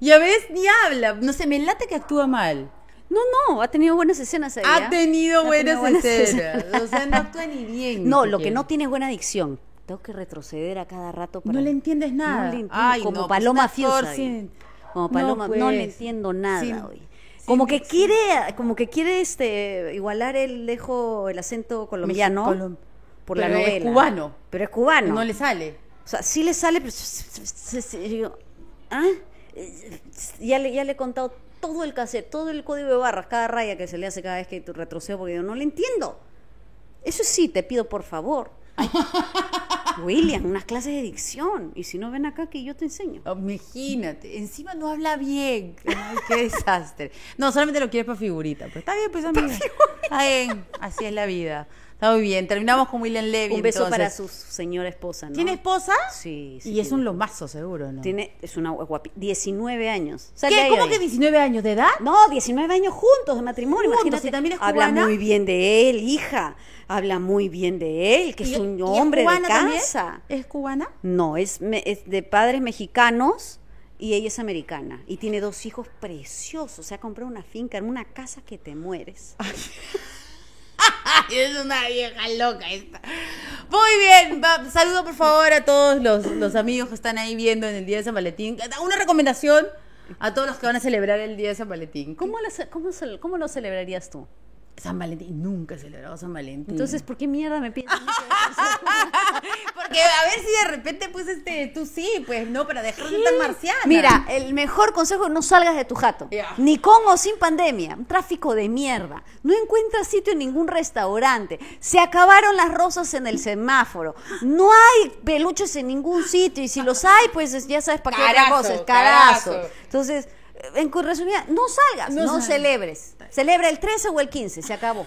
[SPEAKER 1] Ya ves, ni habla. No sé, me late que actúa mal.
[SPEAKER 2] No, no, ha tenido buenas escenas ahí. ¿ah?
[SPEAKER 1] Ha tenido
[SPEAKER 2] Ha
[SPEAKER 1] buenas
[SPEAKER 2] escenas.
[SPEAKER 1] escenas. O sea, no actúa ni bien. ni
[SPEAKER 2] No, lo que
[SPEAKER 1] siquiera.
[SPEAKER 2] no tiene es buena adicción. Tengo que retroceder a cada rato para.
[SPEAKER 1] No le entiendes nada.
[SPEAKER 2] No le entiendo,
[SPEAKER 1] Ay,
[SPEAKER 2] como
[SPEAKER 1] no, pues un
[SPEAKER 2] Paloma
[SPEAKER 1] actor
[SPEAKER 2] Fiusa. oye.
[SPEAKER 1] sin-
[SPEAKER 2] Como
[SPEAKER 1] No,
[SPEAKER 2] Paloma, no, le
[SPEAKER 1] pues,
[SPEAKER 2] entiendo nada
[SPEAKER 1] sin-
[SPEAKER 2] oye.
[SPEAKER 1] sin
[SPEAKER 2] Como que
[SPEAKER 1] dicción.
[SPEAKER 2] quiere, como que quiere este igualar el dejo el acento colombiano
[SPEAKER 1] Colom-
[SPEAKER 2] por la
[SPEAKER 1] Pero es
[SPEAKER 2] novela.
[SPEAKER 1] cubano.
[SPEAKER 2] Pero es cubano.
[SPEAKER 1] No le sale.
[SPEAKER 2] O sea, sí le sale, pero yo, ¿ah? Eh, Ya le, ya le he contado todo el cassette, todo el código de barras, cada raya que se le hace cada vez que tu- retrocedo, porque yo no le entiendo. Eso sí, te pido por favor. William, unas clases de dicción. Y si no, ven acá que yo te enseño.
[SPEAKER 1] Oh, Imagínate, encima no habla bien. Ay, qué desastre. No, solamente lo quieres para figurita. Pues está bien, pues amiga. Está bien, así es la vida. Está muy bien. Terminamos con William Levy.
[SPEAKER 2] Un beso
[SPEAKER 1] entonces.
[SPEAKER 2] para su señora esposa, ¿no?
[SPEAKER 1] ¿Tiene esposa?
[SPEAKER 2] Sí, sí.
[SPEAKER 1] Y es
[SPEAKER 2] tiene.
[SPEAKER 1] un lomazo, seguro, ¿no?
[SPEAKER 2] Tiene, es una guapi. 19 años. Sale
[SPEAKER 1] ¿Qué?
[SPEAKER 2] ahí,
[SPEAKER 1] ¿Cómo
[SPEAKER 2] oye.
[SPEAKER 1] que 19 años de edad?
[SPEAKER 2] No, 19 años juntos de matrimonio.
[SPEAKER 1] Juntos,
[SPEAKER 2] imagínate.
[SPEAKER 1] y también es
[SPEAKER 2] Habla
[SPEAKER 1] cubana.
[SPEAKER 2] muy bien de él, hija. Habla muy bien de él, que
[SPEAKER 1] ¿Y-
[SPEAKER 2] es un
[SPEAKER 1] y
[SPEAKER 2] hombre de
[SPEAKER 1] cubana también?
[SPEAKER 2] casa.
[SPEAKER 1] ¿Es cubana?
[SPEAKER 2] No, es, me- es de padres mexicanos y ella es americana. Y tiene dos hijos preciosos. Se ha comprado una finca en una casa que te mueres.
[SPEAKER 1] Ay, es una vieja loca esta. Muy bien, va- saludo por favor a todos los, los amigos que están ahí viendo en el Día de San Valentín. Una recomendación a todos los que van a celebrar el Día de San Valentín.
[SPEAKER 2] ¿Cómo, lo ce- cómo, ce- cómo lo celebrarías tú? Mm.
[SPEAKER 1] San Valentín, nunca he celebrado San Valentín.
[SPEAKER 2] Entonces, ¿por qué mierda me piensas?
[SPEAKER 1] Porque a ver si de repente, pues, este, tú sí, pues, no, para dejar de tan marciana.
[SPEAKER 2] Mira, el mejor consejo, no salgas de tu jato.
[SPEAKER 1] Ya.
[SPEAKER 2] Ni con o sin pandemia. Un tráfico de mierda. No encuentras sitio en ningún restaurante. Se acabaron las rosas en el semáforo. No hay peluches en ningún sitio. Y si los hay, pues es- ya sabes para qué otra
[SPEAKER 4] Carazo,
[SPEAKER 2] cosa. Es carazo.
[SPEAKER 4] carazo.
[SPEAKER 2] Entonces, en cu- resumida, no salgas, no,
[SPEAKER 1] No salgas.
[SPEAKER 2] celebres. Celebra el 13 o el 15. Se acabó.